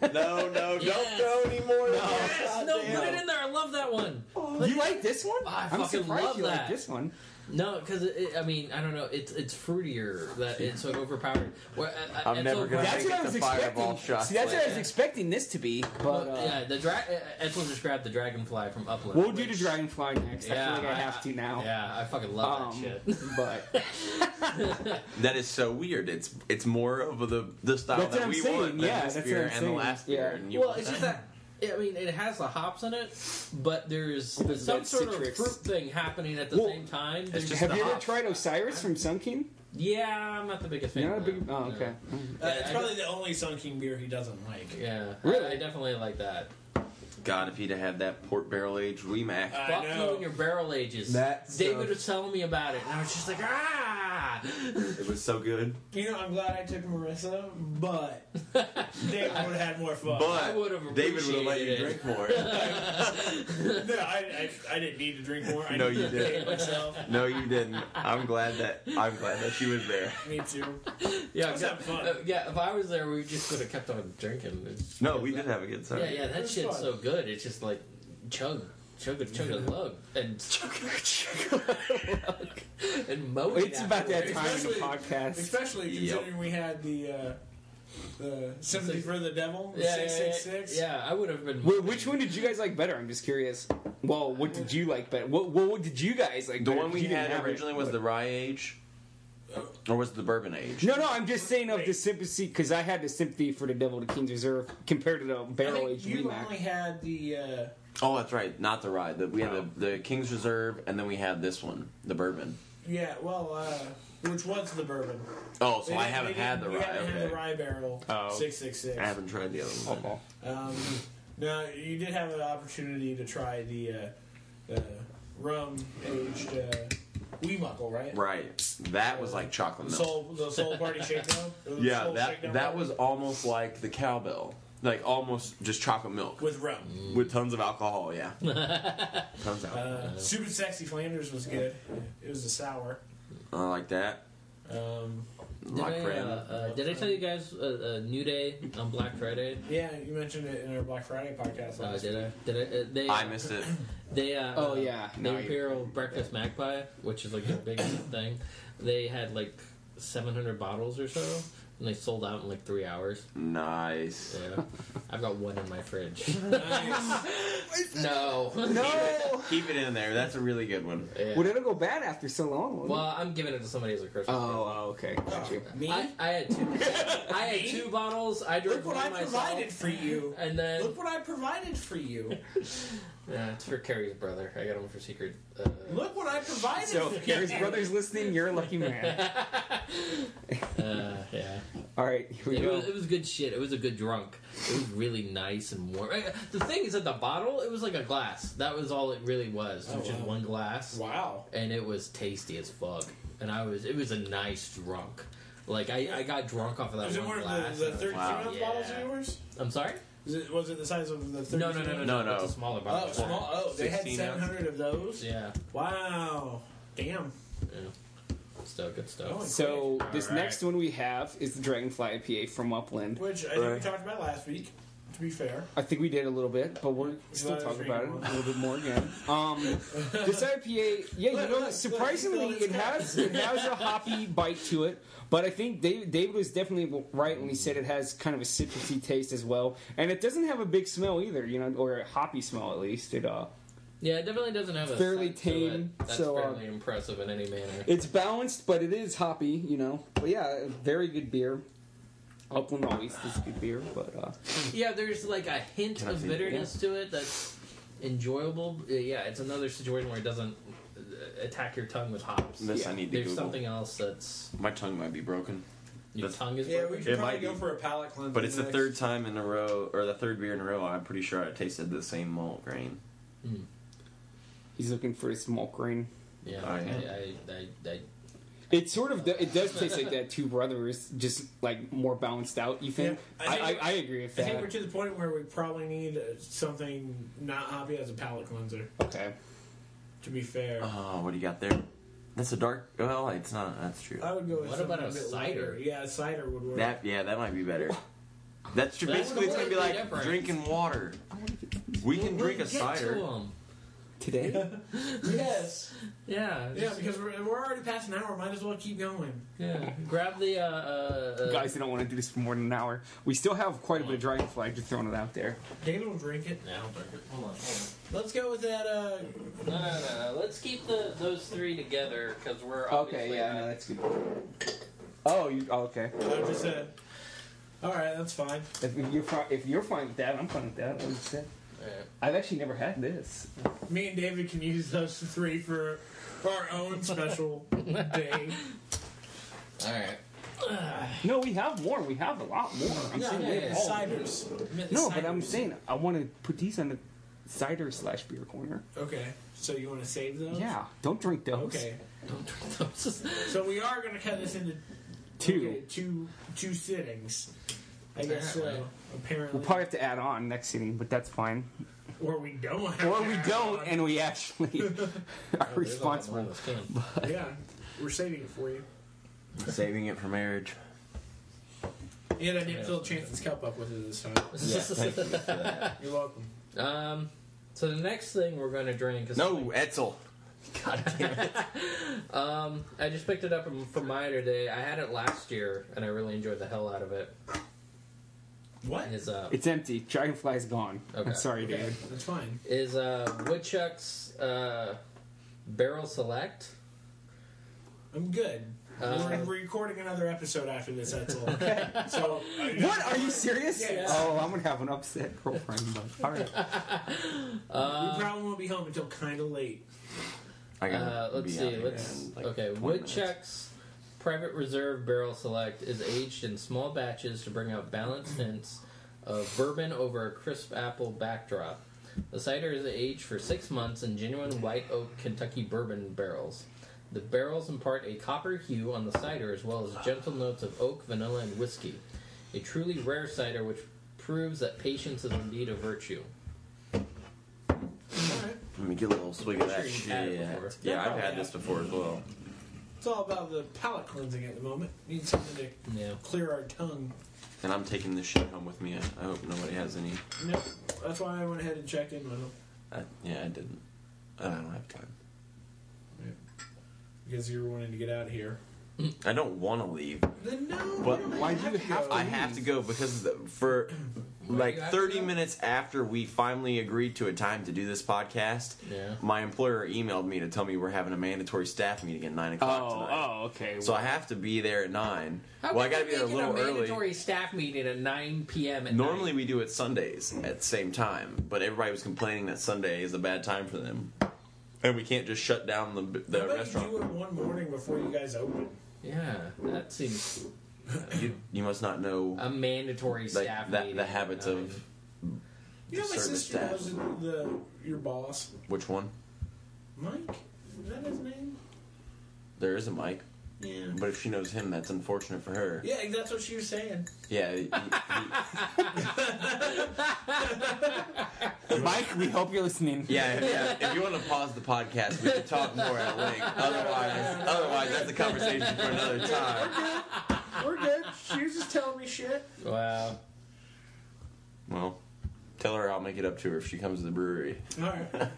No, no,
Yes.
don't go anymore.
Oh, *laughs*
Yes, no, put it in there. I love that one.
*laughs* you like this one?
I
am
fucking
surprised
love
you like
that.
this one.
No, because I mean, I don't know. It's it's fruitier. That it's so overpowered. Well, uh, I- I-
I'm
it's
never
so-
gonna
That's
make
what I
it
was
the fireball
expecting.
shot
See, that's what I was
flavor.
expecting this to be. But uh,
yeah, the dra- uh, Edsel just grabbed the dragonfly from Upland.
we'll do
which-
the dragonfly next. I feel like I have to now.
Yeah, I fucking love
Um, *laughs*
that shit.
but
That is so weird. It's it's more of the the style
That's what
that
I'm
we
saying,
want than
yeah,
this
that's
beer
what I'm
and
saying,
the last
yeah.
beer. And you
well,
want
it's just that. I mean, it has the hops in it, but there's
There's
some
that
sort
citrus.
of fruit thing happening at the
Well,
same time. There's-
just-
have
the
you ever
hops.
tried Osiris from Sun King?
yeah, I'm not the biggest fan.
You're not a
of
big.
that.
Oh,
No.
okay.
Uh,
Yeah,
it's
I
probably the only Sun King beer he doesn't like.
Yeah,
Really?
I, I definitely like that.
God, if he'd have had that port barrel aged Remac,
I
Fuck
know.
you and your barrel ages.
That
David
stuff.
was telling me about it, and I was just like, ah. *laughs*
it was so good.
You know, I'm glad I took Marissa,
*laughs*
but David would have had more fun.
But
would've
David would have let you
appreciated
drink
*laughs*
more.
no, I, I, I didn't need to drink more. I
No,
needed
you
to
didn't.
hate myself. *laughs*
no, you didn't. I'm glad that I'm glad that she was there.
Me too.
Yeah,
I was
yeah,
having fun.
uh, yeah. If I was there, we just would have kept on drinking. It's-
No, we did have a good time.
Yeah, yeah.
It
That
was
shit's
fun.
so good. It's just like chug, chug, chug, and lug,
*laughs*
and chug, chug, and moan.
It's about that time in the
Especially-
podcast.
Especially
Yep.
considering we had the uh, the Sympathy for the Devil, the
Yeah, yeah, yeah,
666.
yeah. I would have been.
Wait, which one did you guys like better? I'm just curious. Well, what did you like better? What, what, what did you guys like?
The
better?
one we
You didn't
had
have it,
originally was
but-
the rye age, or was it the bourbon age?
No, no, I'm just saying of the sympathy because I had the sympathy for the Devil to King's Reserve compared to the
I
barrel
think
aged
you
Remac.
only had the. Uh,
Oh, that's right, not the rye. The, we had the, the King's Reserve, and then we had this one, the bourbon.
yeah, well, uh, which was the bourbon.
Oh, so
They
I
didn't-
haven't
they
had the
didn't-
rye.
We haven't
okay.
had the rye barrel
Oh.
666.
I haven't tried the other one.
Oh,
Um, now you did have an opportunity to try the uh, the rum aged uh, wee muckle, right?
Right. That was like chocolate
The
milk.
soul, the soul
*laughs*
party shakedown. It was
yeah,
soul
that
shakedown
that
rum
was almost like the cowbell. Like almost just chocolate milk with,
with rum.
tons of alcohol, yeah. tons of alcohol.
Uh, Super sexy Flanders was good. It was a sour.
I like that.
Um,
Did
Like
I, uh,
brand.
uh, did I tell you guys uh, uh, New Day on Black Friday?
yeah, you mentioned it in our Black Friday podcast
Uh,
last week.
did I? Did I? Uh, they,
I missed it.
They, uh,
Oh, yeah.
the
No, you-
Imperial
*coughs*
Breakfast Magpie, which is like the biggest thing. They had like 700 bottles or so, and they sold out in like three hours.
Nice.
*laughs*
Yeah, I've got one in my fridge. *laughs*
Nice.
no,
*laughs* No.
Keep it in there. That's a really good one.
*laughs* Yeah.
Would it go bad after so long? wouldn't it?
Well, I'm giving it to somebody as a Christmas.
Oh, oh, okay. Got you.
gift.
Me?
I, I
*laughs*
had two. I had two bottles. I drank
Look what I
one myself.
provided for you.
And then
Look what I provided for you.
Yeah, it's for Carrie's brother. I got him for secret.
*laughs*
Uh,
Look what I provided
*laughs*
So,
for
if Gary's
you.
brother's listening, you're a lucky man.
uh, yeah,
All right, here we
it
go.
was, it was good shit. It was a good drunk. It was really nice and warm. Uh, The thing is that the bottle, it was like a glass. That was all it really was,
Oh,
which is
wow.
one glass,
Wow.
and it was tasty as fuck. And I was, it was a nice drunk. Like I, I got drunk off of that
Is it
one
one
glass.
of the, the
and I
32
was like,
Wow.
ounce
Yeah.
bottles of yours?
I'm sorry.
Is it, was it the size of the 32
No, no, no, no,
No,
no,
no.
It's a smaller bottle.
Oh, small. Oh, they had
16 ounce.
700 of those?
Yeah,
Wow. Damn.
still good
Oh,
stuff.
So this
All right.
next one we have is the Dragonfly IPA from Upland.
Which I think we
Right.
talked about last week, to be fair.
I think we did a little bit, but we're still
Glad I
talking
was
about it
reading
a little bit more again. Um, this IPA, yeah, you
Look, look,
know,
look,
surprisingly,
he's
it
going
has it has a hoppy bite to it. But I think David, David was definitely right when he said it has kind of a citrusy taste as well, and it doesn't have a big smell either, you know, or a hoppy smell at least. It uh,
Yeah, it definitely doesn't have a
Fairly
scent to it
tame,
That's
so, uh,
fairly impressive in any manner.
it's balanced, but it is hoppy, you know. But yeah, very good beer. Upland always is good beer, but uh,
Yeah, there's like a hint
Can I
of
see-
bitterness to it that's enjoyable. Uh, Yeah, it's another situation where it doesn't uh, attack your tongue with hops.
This
Yeah,
I need to
There's
Google.
something else that's
My tongue might be broken,
your
That's-
tongue is
Yeah, we
broken.
should
It
probably
might
go
be.
for a palate cleanse.
but it's the third time in a row, or the third beer in a row. I'm pretty sure I tasted the same malt grain.
he's looking for his smoke green.
Yeah,
Oh, yeah.
I, I, I, I,
It sort of do, it does taste like that two brothers, just like more balanced out. You think?
Yeah, I
I, I,
think-
I agree with
I think we're
that.
to the point where we probably need uh, something not hoppy as a palate cleanser,
Okay.
to be fair.
Oh, what do you got there? That's a dark. Well, it's not. That's true.
I would go with
What about
something
a
bit
cider?
lighter. Yeah, cider would work.
That yeah, that might be better. That's true.
That's
Basically, it's gonna be like
completely different.
drinking water. We can drink a
Get to
cider.
'em.
Today.
Uh, yes.
Yeah,
Yeah,
just-
because we're, we're already past an hour. Might as well keep going.
yeah. Grab the uh, uh, uh,
Guys, I don't want to do this for more than an hour. We still have quite a bit of dragonfly. Just throwing it out there.
David will drink it.
Yeah, I'll drink it. Hold on, hold
Let's go with that. Uh,
on. No, no, no, no. Let's keep the those three together because we're
Okay.
obviously-
Yeah. No, that's good. Oh, you, oh, okay.
I just said. All right, that's fine.
If, if you're fi- if you're fine with that, I'm fine with that. Like you said.
Yeah.
I've actually never had this.
Me and David can use those three for, for our own special day.
All right.
No, we have more. We have a lot more. I'm
No,
saying
yeah,
we
yeah,
have all.
ciders.
Oh. No, but I'm
Ciders.
saying I want to put these on the cider slash beer corner.
Okay, so you want to save those?
Yeah. Don't drink those.
Oh. Okay,
Don't drink those.
so we are going to cut this into
Two.
okay, two, two sittings. I guess so. Apparently,
We'll probably have to add on next sitting, but that's fine.
or we don't. Have
Or
to
we
add
don't,
on.
and we actually are
There's a lot more in
responsible.
this
*laughs*
can. *laughs*
yeah, we're saving it for you.
Saving it for marriage.
And I didn't fill Chance's cup up with it this time.
Yeah, thank you for that.
You're welcome.
Um, so the next thing we're going to drink is
No, Etzel.
Um, I just picked it up from, from Maya today. I had it last year, and I really enjoyed the hell out of it.
What?
Is uh,
It's empty. Dragonfly's gone.
Okay.
I'm sorry,
Okay,
David.
that's fine.
is uh, Woodchuck's uh, Barrel Select.
I'm good.
Uh,
We're recording another episode after this. That's *laughs* all. So uh,
What? Are you serious?
Yeah.
Oh, I'm gonna have an upset girlfriend. But all right.
we probably won't be home until kind of late.
I gotta
Uh, let's
be out
see.
here
Let's
in, like,
okay.
20 minutes.
Woodchuck's Private Reserve Barrel Select is aged in small batches to bring out balanced hints of bourbon over a crisp apple backdrop. The cider is aged for six months in genuine white oak Kentucky bourbon barrels. The barrels impart a copper hue on the cider as well as gentle notes of oak, vanilla, and whiskey. A truly rare cider which proves that patience is indeed a virtue.
All right.
Let me get a little swig of
I'm sure
that
you've had it
shit.
before.
Yeah, I've
Probably
had this
have.
before as well.
It's all about the palate cleansing at the moment. Need something to
Yeah.
clear our tongue.
And I'm taking this shit home with me. I hope nobody has any.
Nope. That's why I went ahead and checked in with him
I, yeah, I didn't. I don't have time.
because you were wanting to get out of here.
I don't want to leave.
Then no.
But
you don't
why do you have
go.
I have to go because the, for
you
like
have to
30
go?
minutes after we finally agreed to a time to do this podcast,
Yeah.
my employer emailed me to tell me we're having a mandatory staff meeting at 9 o'clock
Oh,
tonight.
oh, okay.
So I have to be there at 9.
How
well, I
could
got to
you
be there a
make it
little early.
mandatory staff meeting at 9 p.m. At
Normally
night?
we do it Sundays at the same time, but everybody was complaining that Sunday is a bad time for them. And we can't just shut down the,
How
the
about
restaurant.
You do it one morning before you guys open.
Yeah, that seems
You, you must not know
a mandatory
like,
staff
that,
meeting. uh,
the
at
habits
nine.
of
You know, my
Service
sister
staff.
was the your boss,
which one?
Mike. Is that his name?
There is a mic.
Yeah.
But if she knows him, that's unfortunate for her.
Yeah, that's what she was saying.
Yeah. he- he-
Mike, we hope you're listening.
yeah, yeah. If you want to pause the podcast, we can talk more at length. Otherwise, otherwise that's a conversation for another time.
*laughs* We're good. She was just telling me shit.
*laughs* Wow.
Well, tell her I'll make it up to her if she comes to the brewery.
All right.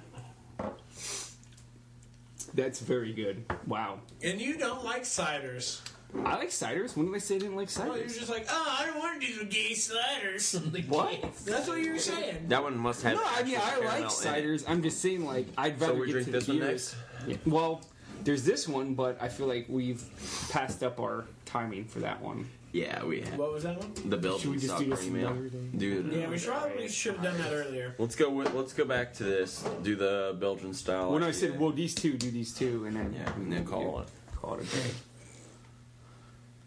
That's very good. Wow.
And you don't like ciders.
I like ciders. When did I say I didn't like
Oh, you're
ciders?
just like, oh, I don't want to do the gay ciders.
What?
That's what you were saying.
That one must have.
No, I mean I
actual
like
caramel in it.
ciders. I'm just saying, like I'd rather
So we
get
drink
to the
this one
beers.
next.
Well, there's this one, but I feel like we've passed up our timing for that one.
Yeah, we have.
What was that one?
the build
Should we just
stock
do this
email.
another day?
Do it.
Yeah, we probably should have done that earlier.
Let's go. With, let's go back to this. Do the Belgian style.
When I
IPA.
said, "Well, these two do these two," and then
Oh, Yeah, and then call it.
call it a day.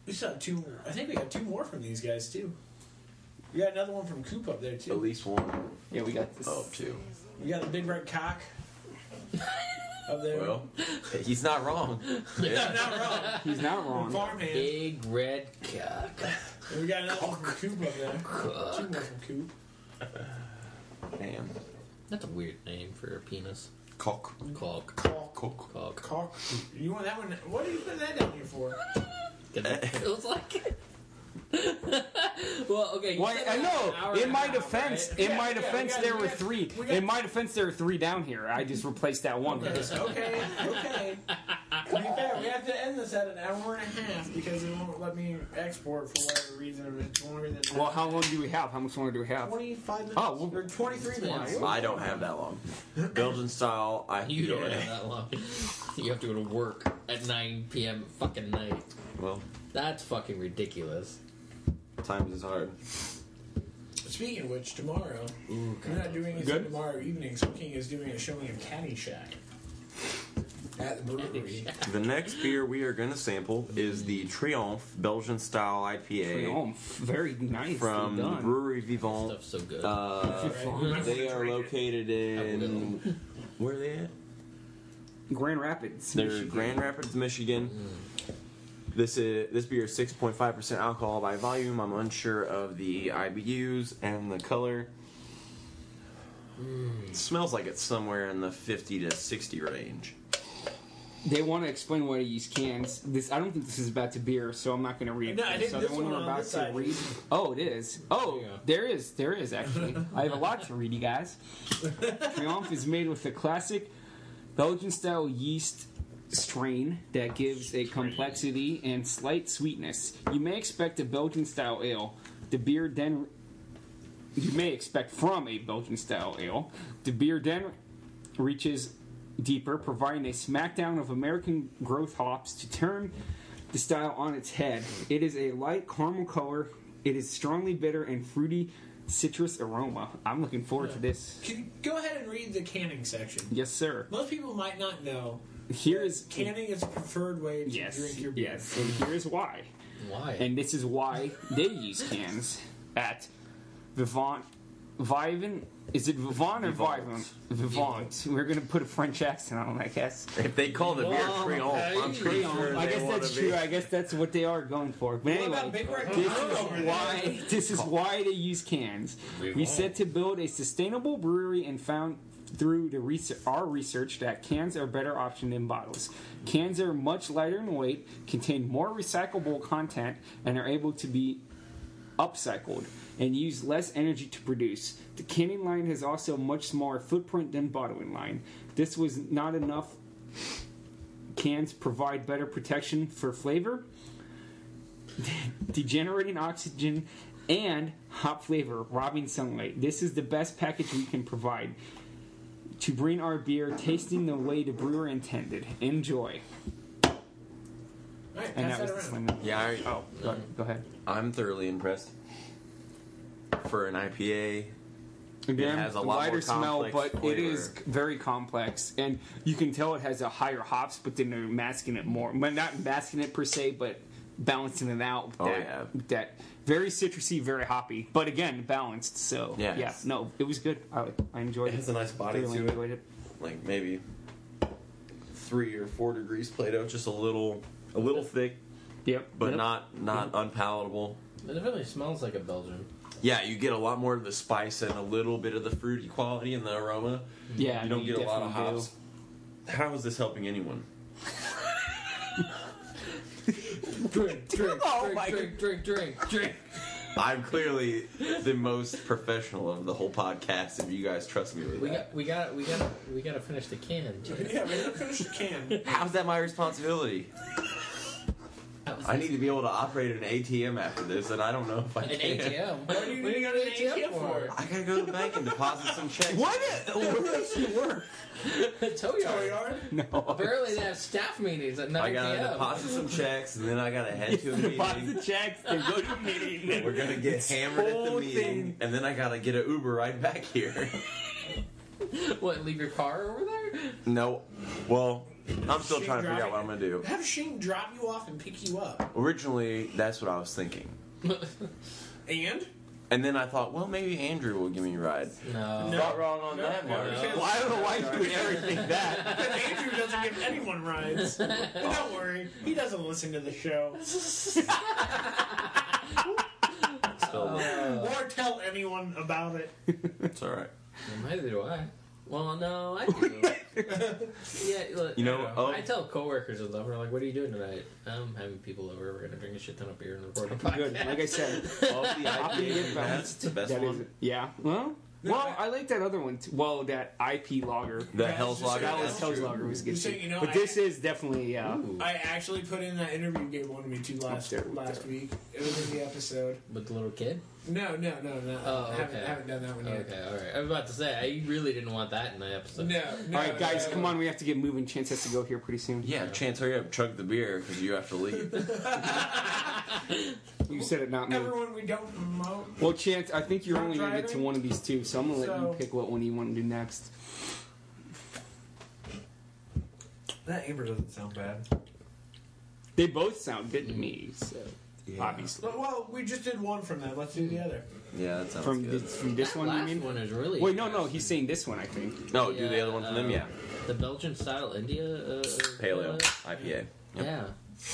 We still have two. I think we got two more from these guys too. We got another one from Coop up there
at
too.
least one
Yeah, we got this.
up to.
We got the big red cock *laughs* up there.
Well, he's not wrong. Yeah.
not wrong.
He's not
*laughs*
wrong.
Farmhand.
Big red cock.
And We got another one from Coop up there. Two
Cock.
more from Coop.
Damn.
That's a weird name for a penis.
Cock.
Cock.
Cock.
Cock.
Cock.
Cock. You want that one? What are you putting that down here for?
It feels like it. *laughs* well, okay. you
Why?
said
I
about an hour
know. In
and a
my
half,
defense,
right?
in
Yeah,
my
yeah, we
defense,
got-
there
we
were
got-
three.
we got-
in my defense, there were three down here. I just replaced that one.
okay, okay. To be fair, we have to end this at an hour and a half because it won't let me export for whatever reason. It's one reason.
Well, how long do we have? How much longer do we have?
25 minutes.
Oh, well-
or 23 minutes.
*laughs* I don't have that long. Belgian style. I
You don't have that long. *laughs* You have to go to work at 9 p.m. fucking night.
Well,
That's fucking ridiculous.
times is hard.
Speaking of which, tomorrow, we're not doing anything
Good?
tomorrow evening, so King is doing a showing of Caddyshack at the brewery.
The next beer we are going to sample is the Triomphe Belgian style IPA
Oh, very nice.
from the
done.
Brewery Vivant.
Stuff's so good.
Uh,
Right?
they are located in where are they at?
Grand Rapids.
They're
Michigan.
Grand Rapids, Michigan. This is this beer is 6.5% alcohol by volume. I'm unsure of the IBUs and the color.
Mm.
smells like it's somewhere in the 50 to 60 range.
They want to explain why they use cans. This I don't think this is about to beer, so I'm not going to read.
No, I think
this other
this
one
one
we're
on
about
this
to
side.
read. Oh, it is. Oh,
Yeah.
there is. There is actually. I have a lot to read, you guys. Triumph is made with the classic Belgian-style yeast strain that gives a complexity and slight sweetness. You may expect a Belgian-style ale. The beer then you may expect from a Belgian style ale. The beer then reaches deeper, providing a smackdown of American growth hops to turn the style on its head. It is a light caramel color. It is strongly bitter and fruity citrus aroma. I'm looking forward to this.
Can you go ahead and read the canning section?
Yes, sir.
Most people might not know.
Here is
Canning is a preferred way to
yes,
drink your beer.
yes, and here is why.
Why?
And this is why they use cans at Vivant. Vivant? Is it Vivant or Vivant?
Vivant.
Vivant. We're going to put a French accent on it, I guess.
If they call the beer
Well,
Triomphe, I'm
okay.
pretty sure
I
they
guess
wanna
that's
be-
true. I guess that's what they are going for. But
What about
anyway,
Big Oh, Red
this
Cock
is
over there?
why this is why they use cans. We said to build a sustainable brewery and found through the research, our research that cans are a better option than bottles. Cans are much lighter in weight, contain more recyclable content, and are able to be upcycled and use less energy to produce. The canning line has also a much smaller footprint than bottling line. This was not enough cans provide better protection for flavor, degenerating oxygen, and hop flavor, robbing sunlight. This is the best package we can provide to bring our beer tasting the way the brewer intended. Enjoy.
All right,
And
pass
that was
that
the
around.
slim. Milk.
Yeah, I,
Oh, go, go ahead.
I'm thoroughly impressed. For an IPA,
Again,
has a
the
lot
lighter
more
smell,
complex
but it is
flavor.
c- very complex, and you can tell it has a higher hops, but then they're masking it more. Well, not masking it per se, but balancing it out. with
Oh,
that,
yeah.
that very citrusy, very hoppy, but again balanced. So
Yeah.
yeah, no, it was good. I, I enjoyed
it
it.
has a nice body
Thoroughly
to it.
enjoyed it.
Like maybe three or four degrees Play-Doh, just a little, a little thick,
Yep,
but
Yep.
not not unpalatable.
It definitely smells like a
*laughs*
Belgian.
Yeah, you get a lot more of the spice and a little bit of the fruity quality and the aroma.
Yeah,
you don't get a lot of
definitely do.
hops. How is this helping anyone?
Drink, *laughs* drink,
Oh
drink,
my
drink, drink, drink, drink.
I'm clearly the most professional of the whole podcast. If you guys trust me with
We
that,
got, we got, we got, we got to finish the can. too.
Yeah, we gotta finish the can.
how's that my responsibility?
That was
I need to be able to operate an ATM after this, and I don't know if I
an
can.
ATM.
What do you need to go to the ATM for?
I gotta go to the bank and deposit some checks.
What? Where does she work?
Tow
Tow
yard.
yard?
No,
Apparently they have staff meetings at 9
I gotta
p.m.
deposit some checks, and then I gotta head to a
deposit
meeting.
the checks and go to a meeting.
*laughs* We're gonna get hammered at the
whole
meeting,
thing.
and then I gotta get an Uber right back here.
*laughs*
*laughs*
What? Leave your car over there?
no, well, I'm still
She
trying to figure out
driving.
what I'm gonna do.
Have Shane drop you off and pick you up.
Originally, that's what I was thinking,
And?
and then I thought, well, maybe Andrew will give me a ride.
No.
No.
Not wrong on
No,
that,
no,
Mark.
no.
Well, I don't know why you do everything that.
But
*laughs*
Andrew doesn't give anyone rides. Don't worry, he doesn't listen to the show *laughs*
Spelled it.
Uh.
or tell anyone about it.
It's all right.
Well, Neither do I. Well, no, I do. yeah, look,
You know,
I,
oh.
I tell coworkers and stuff, we're like, "What are you doing tonight?" I'm having people over. We're gonna drink a shit ton of beer and record a podcast.
Good, like I said.
*laughs*
Off the IPA
get
we've
back.
had, it's the best
That is,
one.
yeah. Well, well, I like that other one. Too. Well, that IP logger.
The
That's
Hell's
just-
Lager.
that
That
was
was
that's
Hell's
true.
Lager was good
So,
shit.
you know,
but
I-
this is definitely yeah.
Ooh,
I actually put in that interview Gabe wanted me to last
Up there, up
last
there.
week. It was in the episode.
with the little kid.
No, no, no, no.
Oh,
I haven't,
okay.
haven't done that one yet.
Okay, all right. I was about to say, I really didn't want that in the episode.
No, no.
All right, guys,
no.
come on. We have to get moving. Chance has to go here pretty soon.
Yeah, Chance, hurry up, chug the beer because you have
*laughs*
to leave.
You said it, not me.
Everyone, we don't promote.
Well, Chance, I think you're
I'm
only going to get to
driving.
one of these two, so I'm going to let
So-
you pick what one you want to do next.
That Amber doesn't sound bad.
They both sound good to me, so
Yeah.
obviously.
well, we just did one from that. Let's do the other.
Yeah, that sounds
From
good.
this, from this
That
one, you
last
mean?
one is really.
Wait, no, no.
interesting.
He's saying this one, I think.
No, do the other one from them.
um,
Yeah,
The Belgian style India uh,
paleo
uh,
IPA. Yep.
Yeah,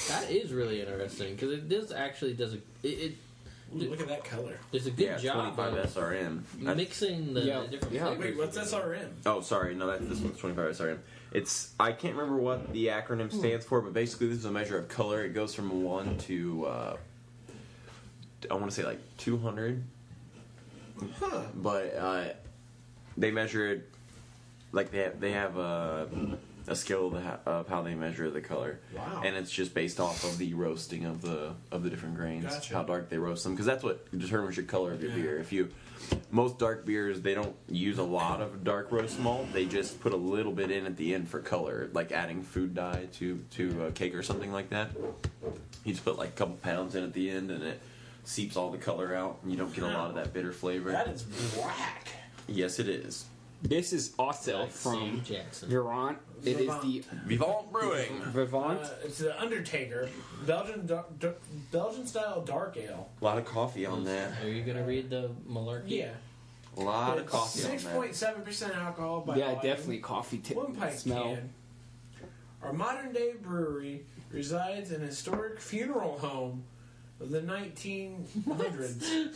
that is really interesting because it does actually does a it. it
Ooh, look at that color.
there's a good
Yeah,
job of
25 SRM. That's-
mixing the,
Yeah,
the different
yeah.
flavors.
Wait, what's SRM?
oh, sorry, no, that, this one's 25 SRM. It's I can't remember what the acronym stands for, but basically this is a measure of color. It goes from one to uh, I want to say like 200,
Huh.
but uh, they measure it like they have, they have a a scale of, ha- of how they measure the color.
Wow.
And it's just based off of the roasting of the of the different grains,
Gotcha.
how dark they roast them, because that's what determines your color of your
Yeah.
beer. If you most dark beers, they don't use a lot of dark roast malt. They just put a little bit in at the end for color, like adding food dye to to a cake or something like that. You just put like a couple pounds in at the end, and it seeps all the color out, and you don't get a lot of that bitter flavor.
That is black.
yes, it is.
This is also
Like
from
Sam Jackson.
Vermont. It is the
Vermont.
Vivant Brewing,
Vermont.
Uh, it's the Undertaker, Belgian dar- dar- Belgian style dark ale.
a lot of coffee on that.
Are you gonna read the malarkey?
Yeah,
A lot of coffee
six
on that.
point seven percent alcohol by
yeah,
volume.
definitely coffee t-
One pint
smell.
can. Our modern day brewery resides in a historic funeral home of the *laughs* 1900s.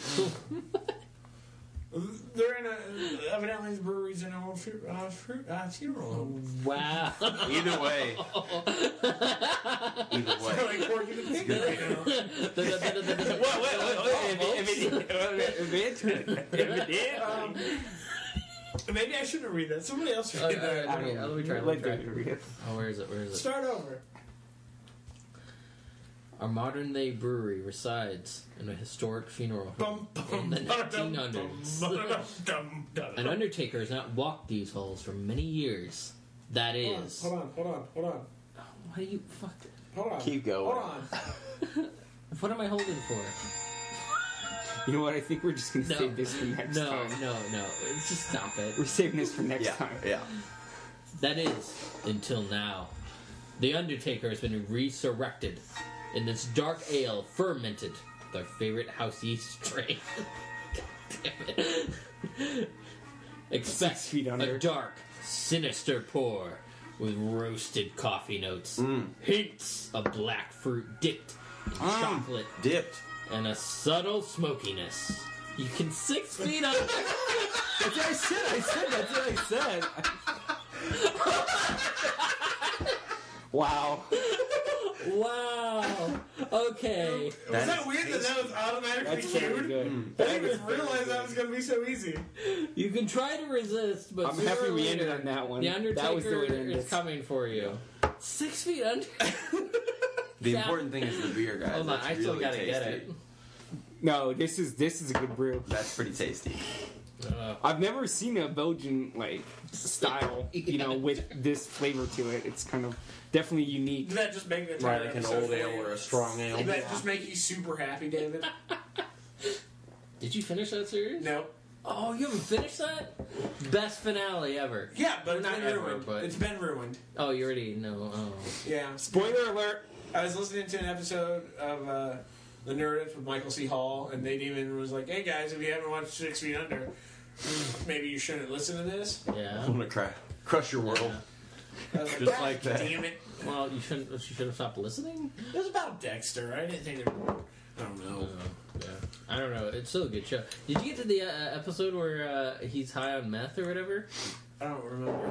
They're in a evidently the brewery's in an old fu- uh, fu- uh, funeral home. *laughs*
Wow. *laughs* Oh,
Either way, either way.
*laughs* like working the pig right now.
*laughs*
*laughs*
If it- if it- if it- if it- if it-
Um, Maybe I shouldn't read that. Somebody else read
All right, all
that.
right, Oh, let, me, let me try. Let me
Let
try.
David read it.
Oh, where is it? Where is it?
Start over.
Our modern day brewery resides in a historic funeral home
Bum, bum,
in the
ba-dum, bum,
1900s.
ba-dum, dum, dum.
An undertaker has not walked these halls for many years. That is.
Hold on, hold on, hold on,
Why do you fuck?
hold on.
Keep going.
Hold on.
What am I holding for?
You know what? I think we're just gonna
No,
save this for next
no,
time.
no, no. It's Just stop
We're
*laughs*
it.
saving this for next
Yeah,
time.
yeah.
That is until now. The undertaker has been resurrected in this dark ale fermented with our favorite house yeast strain. *laughs* God damn it. Expect
Six feet under.
a dark, sinister pour with roasted coffee notes, hints of black fruit dipped in
Um, Ah.
chocolate,
Dipped.
and a subtle smokiness. You can six feet under.
That's what I said. I said. That's what I said.
*laughs*
wow.
wow. Okay.
was that weird that that was automatically
That's very
cued?
good.
Hmm.
I didn't even realize that was going to be so easy.
You can try to resist, but
I'm
sooner
happy
or
we
later,
ended on that one.
The Undertaker
That was the way to end
is
it.
coming for you. Six feet under.
The
Yeah.
important thing is the beer, guys.
Hold on,
That's
I still
really
gotta get
tasty.
it.
No, this is this is a good brew.
That's pretty tasty.
Uh,
I've never seen a Belgian like style, you know, with this flavor to it. It's kind of definitely unique.
Did that just make the entire episode for you?
strong ale.
Did that just make you super happy, David?
did you finish that
*laughs*
series?
no.
Oh, you haven't finished that? Best finale ever.
Yeah, but it's
Not
been
ever,
ruined.
but-
It's been ruined.
Oh, you already know. Oh.
Yeah.
Spoiler alert.
I was listening to an episode of uh, The Nerdist with Michael C. Hall, and they even was like, "Hey guys, if you haven't watched Six Feet Under, maybe you shouldn't listen to this."
Yeah.
I'm gonna cry. Crush your world.
I was like,
Just
"God
like that."
Damn it!
Well, you shouldn't. You should have stopped listening.
It was about Dexter. I didn't think it. I don't know.
Oh, yeah. I don't know. It's still a good show. Did you get to the uh, episode where uh, he's high on meth or whatever?
I don't remember.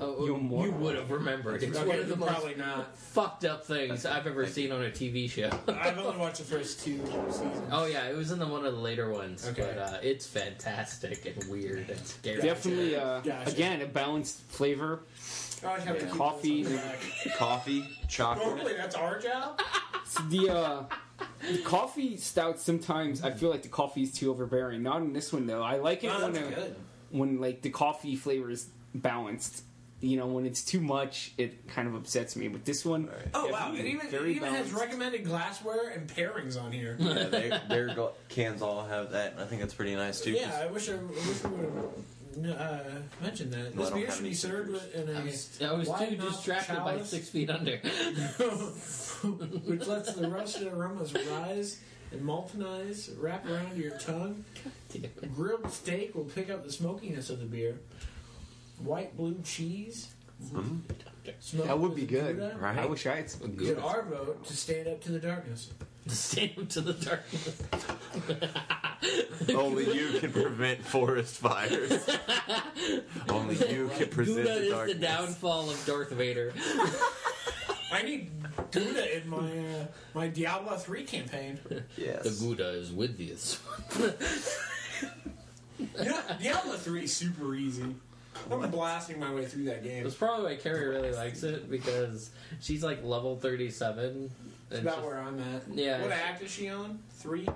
Oh,
You're more-
you would have remembered. It's
Okay,
one of the most
probably not.
fucked up things I've ever
Thank you.
seen on a TV show.
I've only watched the first two seasons.
Oh yeah, it was in the one of the later ones.
Okay.
But uh, it's fantastic and weird and scary.
Definitely, uh,
Gotcha.
again, a balanced flavor.
I have to keep
Coffee.
those on the back.
Coffee, chocolate.
Normally, Oh, that's our job.
It's the uh, the coffee stout. Sometimes I feel like the coffee is too overbearing. Not in this one though. I like it
No,
when
Oh, that's
a-
good.
when like the coffee flavor is balanced. You know, when it's too much, it kind of upsets me. But this one,
Right.
Oh wow! It
definitely
even, it
very
even has
balanced.
recommended glassware and pairings on here.
yeah, they, their go- cans all have that, and I think that's pretty nice too. 'cause
Yeah, I wish I, I wish we would have uh, mentioned that.
No, I
This
don't
beer
have
should be
any
served with, in
I
a
was, I was too
wide-mouth
distracted by
chalice,
Six Feet Under. *laughs*
*laughs* which lets the roasted aromas rise and maltonize, wrap around your tongue. Grilled steak will pick up the smokiness of the beer. White blue cheese. Mm-hmm. Smoked
that would be
with
good.
Gouda.
Right.
I wish I had some
Get
good.
our vote to stand up to the darkness.
Stand up to the darkness.
Only you can prevent forest fires. Only you can present
Gouda
the
is the
darkness.
downfall of Darth Vader.
I need Gouda in my uh, my Diablo three campaign.
The
yes.
Gouda is with you.
You know, *laughs* Diablo three is super easy. I'm blasting my way through that game.
*laughs* That's probably why Carrie really likes it because she's like level thirty-seven.
It's
And
about where I'm at.
Yeah.
What act is she on? Three.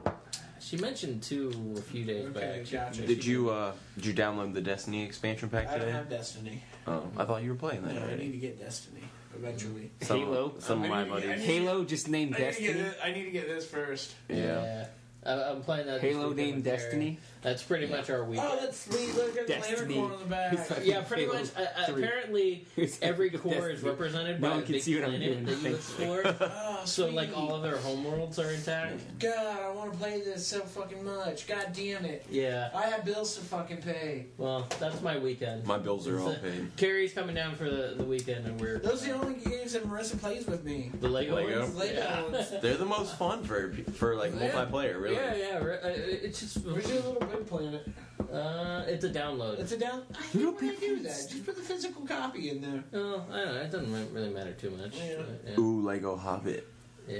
she, she mentioned two a few days
Okay,
back.
gotcha.
Did you uh, did you download the Destiny expansion pack
I don't
today?
have Destiny.
Oh, I thought you were playing that
No, I need
already.
to get Destiny eventually.
Some,
Halo?
Some of
I
my
need to get-
buddies.
Halo just named
I need, to get
Destiny.
this, I need to get this first.
Yeah.
I, I'm playing that. this
Halo
weekend
named
with Carrie.
Destiny.
That's pretty much our week.
Oh, that's sweet. Look at the lantern
Destiny.
corn on the back.
Yeah, pretty
Halo
much. Uh, uh,
three.
apparently,
Here's
every
the
core is
*laughs* Destiny.
represented
No
by a
one can
big
see what I'm
planet
doing,
that you
thankfully.
explore.
Oh,
*laughs* so,
sweet.
like, all of their homeworlds are intact.
God, I want to play this so fucking much. God damn it.
Yeah.
I have bills to fucking pay.
Well, that's my weekend.
My bills are all
That's it. *laughs*
paid.
Carrie's coming down for the, the weekend, and we're
Those are the only games that Marissa plays with me.
the Lego.
Lego.
ones?
Lego
Yeah.
ones.
They're the most fun for for like
Yeah.
multiplayer, really.
Yeah, yeah. re- uh, It's just
We do a little big planet.
uh, it's a download.
It's a down. I hate
Little
when I
Big
do that.
Planet.
Just put the physical copy in there.
oh, I don't know. It doesn't really matter too much.
Yeah.
Uh, yeah.
Ooh, Lego Hobbit.
Yeah.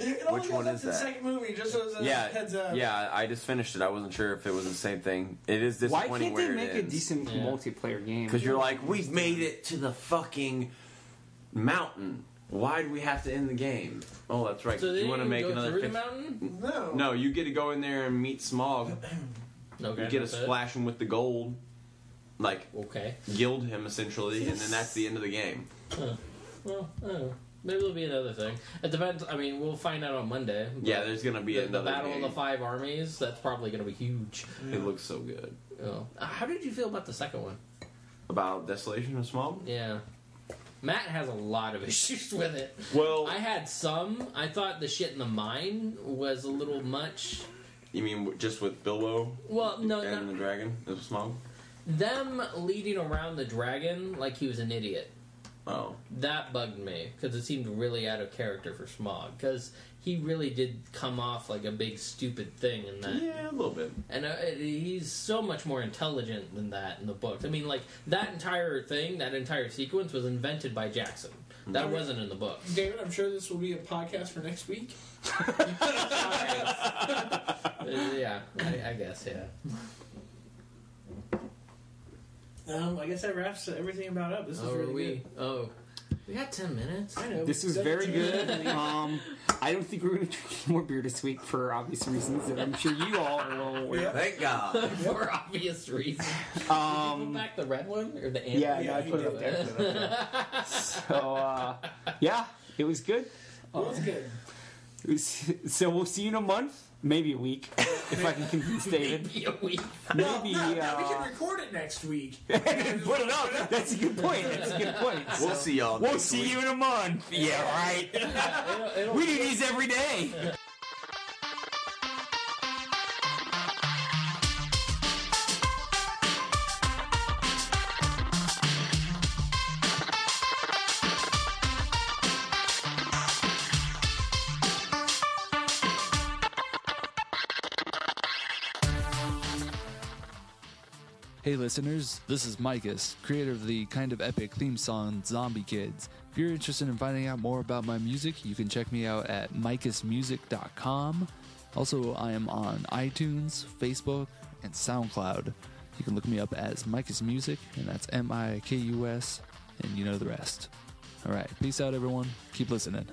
It only
Which
goes
one
up
is
to the
that?
second movie, just as a heads
Yeah,
up.
yeah. I just finished it. I wasn't sure if it was the same thing. It is disappointing.
Why can't they
where
make a decent
Yeah.
multiplayer game?
Because you're like, we've made it to the fucking mountain. Why do we have to end the game? Oh, that's right.
So they
you want to
didn't
make
go
another.
through the
fif-
mountain?
No.
no, you get to go in there and meet Smog.
Okay.
You get a
that's it.
splash him with the gold, like
Okay.
gild him essentially, and then that's the end of the game.
Well, I don't know. Maybe it'll be another thing. It depends. I mean, we'll find out on Monday. but
Yeah, there's gonna be
the, the
another
battle
game.
of the five armies. That's probably going to be huge.
It looks so good.
Oh. How did you feel about the second one?
About Desolation of Smog.
Yeah. Matt has a lot of *laughs* issues with it.
Well,
I had some. I thought the shit in the mine was a little much.
you mean w- just with Bilbo
Well, no,
and
not-
the dragon of Smog?
them leading around the dragon like he was an idiot.
Oh,
That bugged me because it seemed really out of character for Smog because he really did come off like a big stupid thing in that.
yeah, a little bit.
And uh, he's so much more intelligent than that in the books. I mean, like that entire thing, that entire sequence was invented by Jackson. That wasn't in the books.
David, I'm sure this will be a podcast for next
*laughs*
week.
Uh, yeah, I, I guess. Yeah.
Um, I guess that wraps everything about up. This is
oh,
really
we?
good.
Oh, we got ten minutes.
I know.
This was very good. Um, I don't think we're going to *laughs* drink more beer this week for obvious reasons that I'm sure you all are well aware.
Yeah.
Thank God.
*laughs* For obvious reasons. Put
Um,
back the red one or the
yeah,
amber?
*laughs* yeah, I put it up there. I put
*laughs*
it up there. So, uh, yeah, it was good.
*laughs* Well, it's good.
It was- *laughs* so we'll see you in a month, maybe a week, if I can convince David.
Maybe a week.
Well,
Maybe.
*laughs* no, no, we
uh,
can record it next week.
*laughs* put it up. That's a good point. That's a good point.
We'll see y'all.
We'll
next
see
week.
you in a month. Yeah, right.
Yeah, it'll- it'll-
We do these every day.
Hey listeners, this is Micus, creator of the kind of epic theme song Zombie Kids. If you're interested in finding out more about my music, you can check me out at micusmusic.com. Also, I am on iTunes, Facebook, and SoundCloud. You can look me up as Micus Music, and that's M I K U S, and you know the rest. All right, peace out, everyone. Keep listening.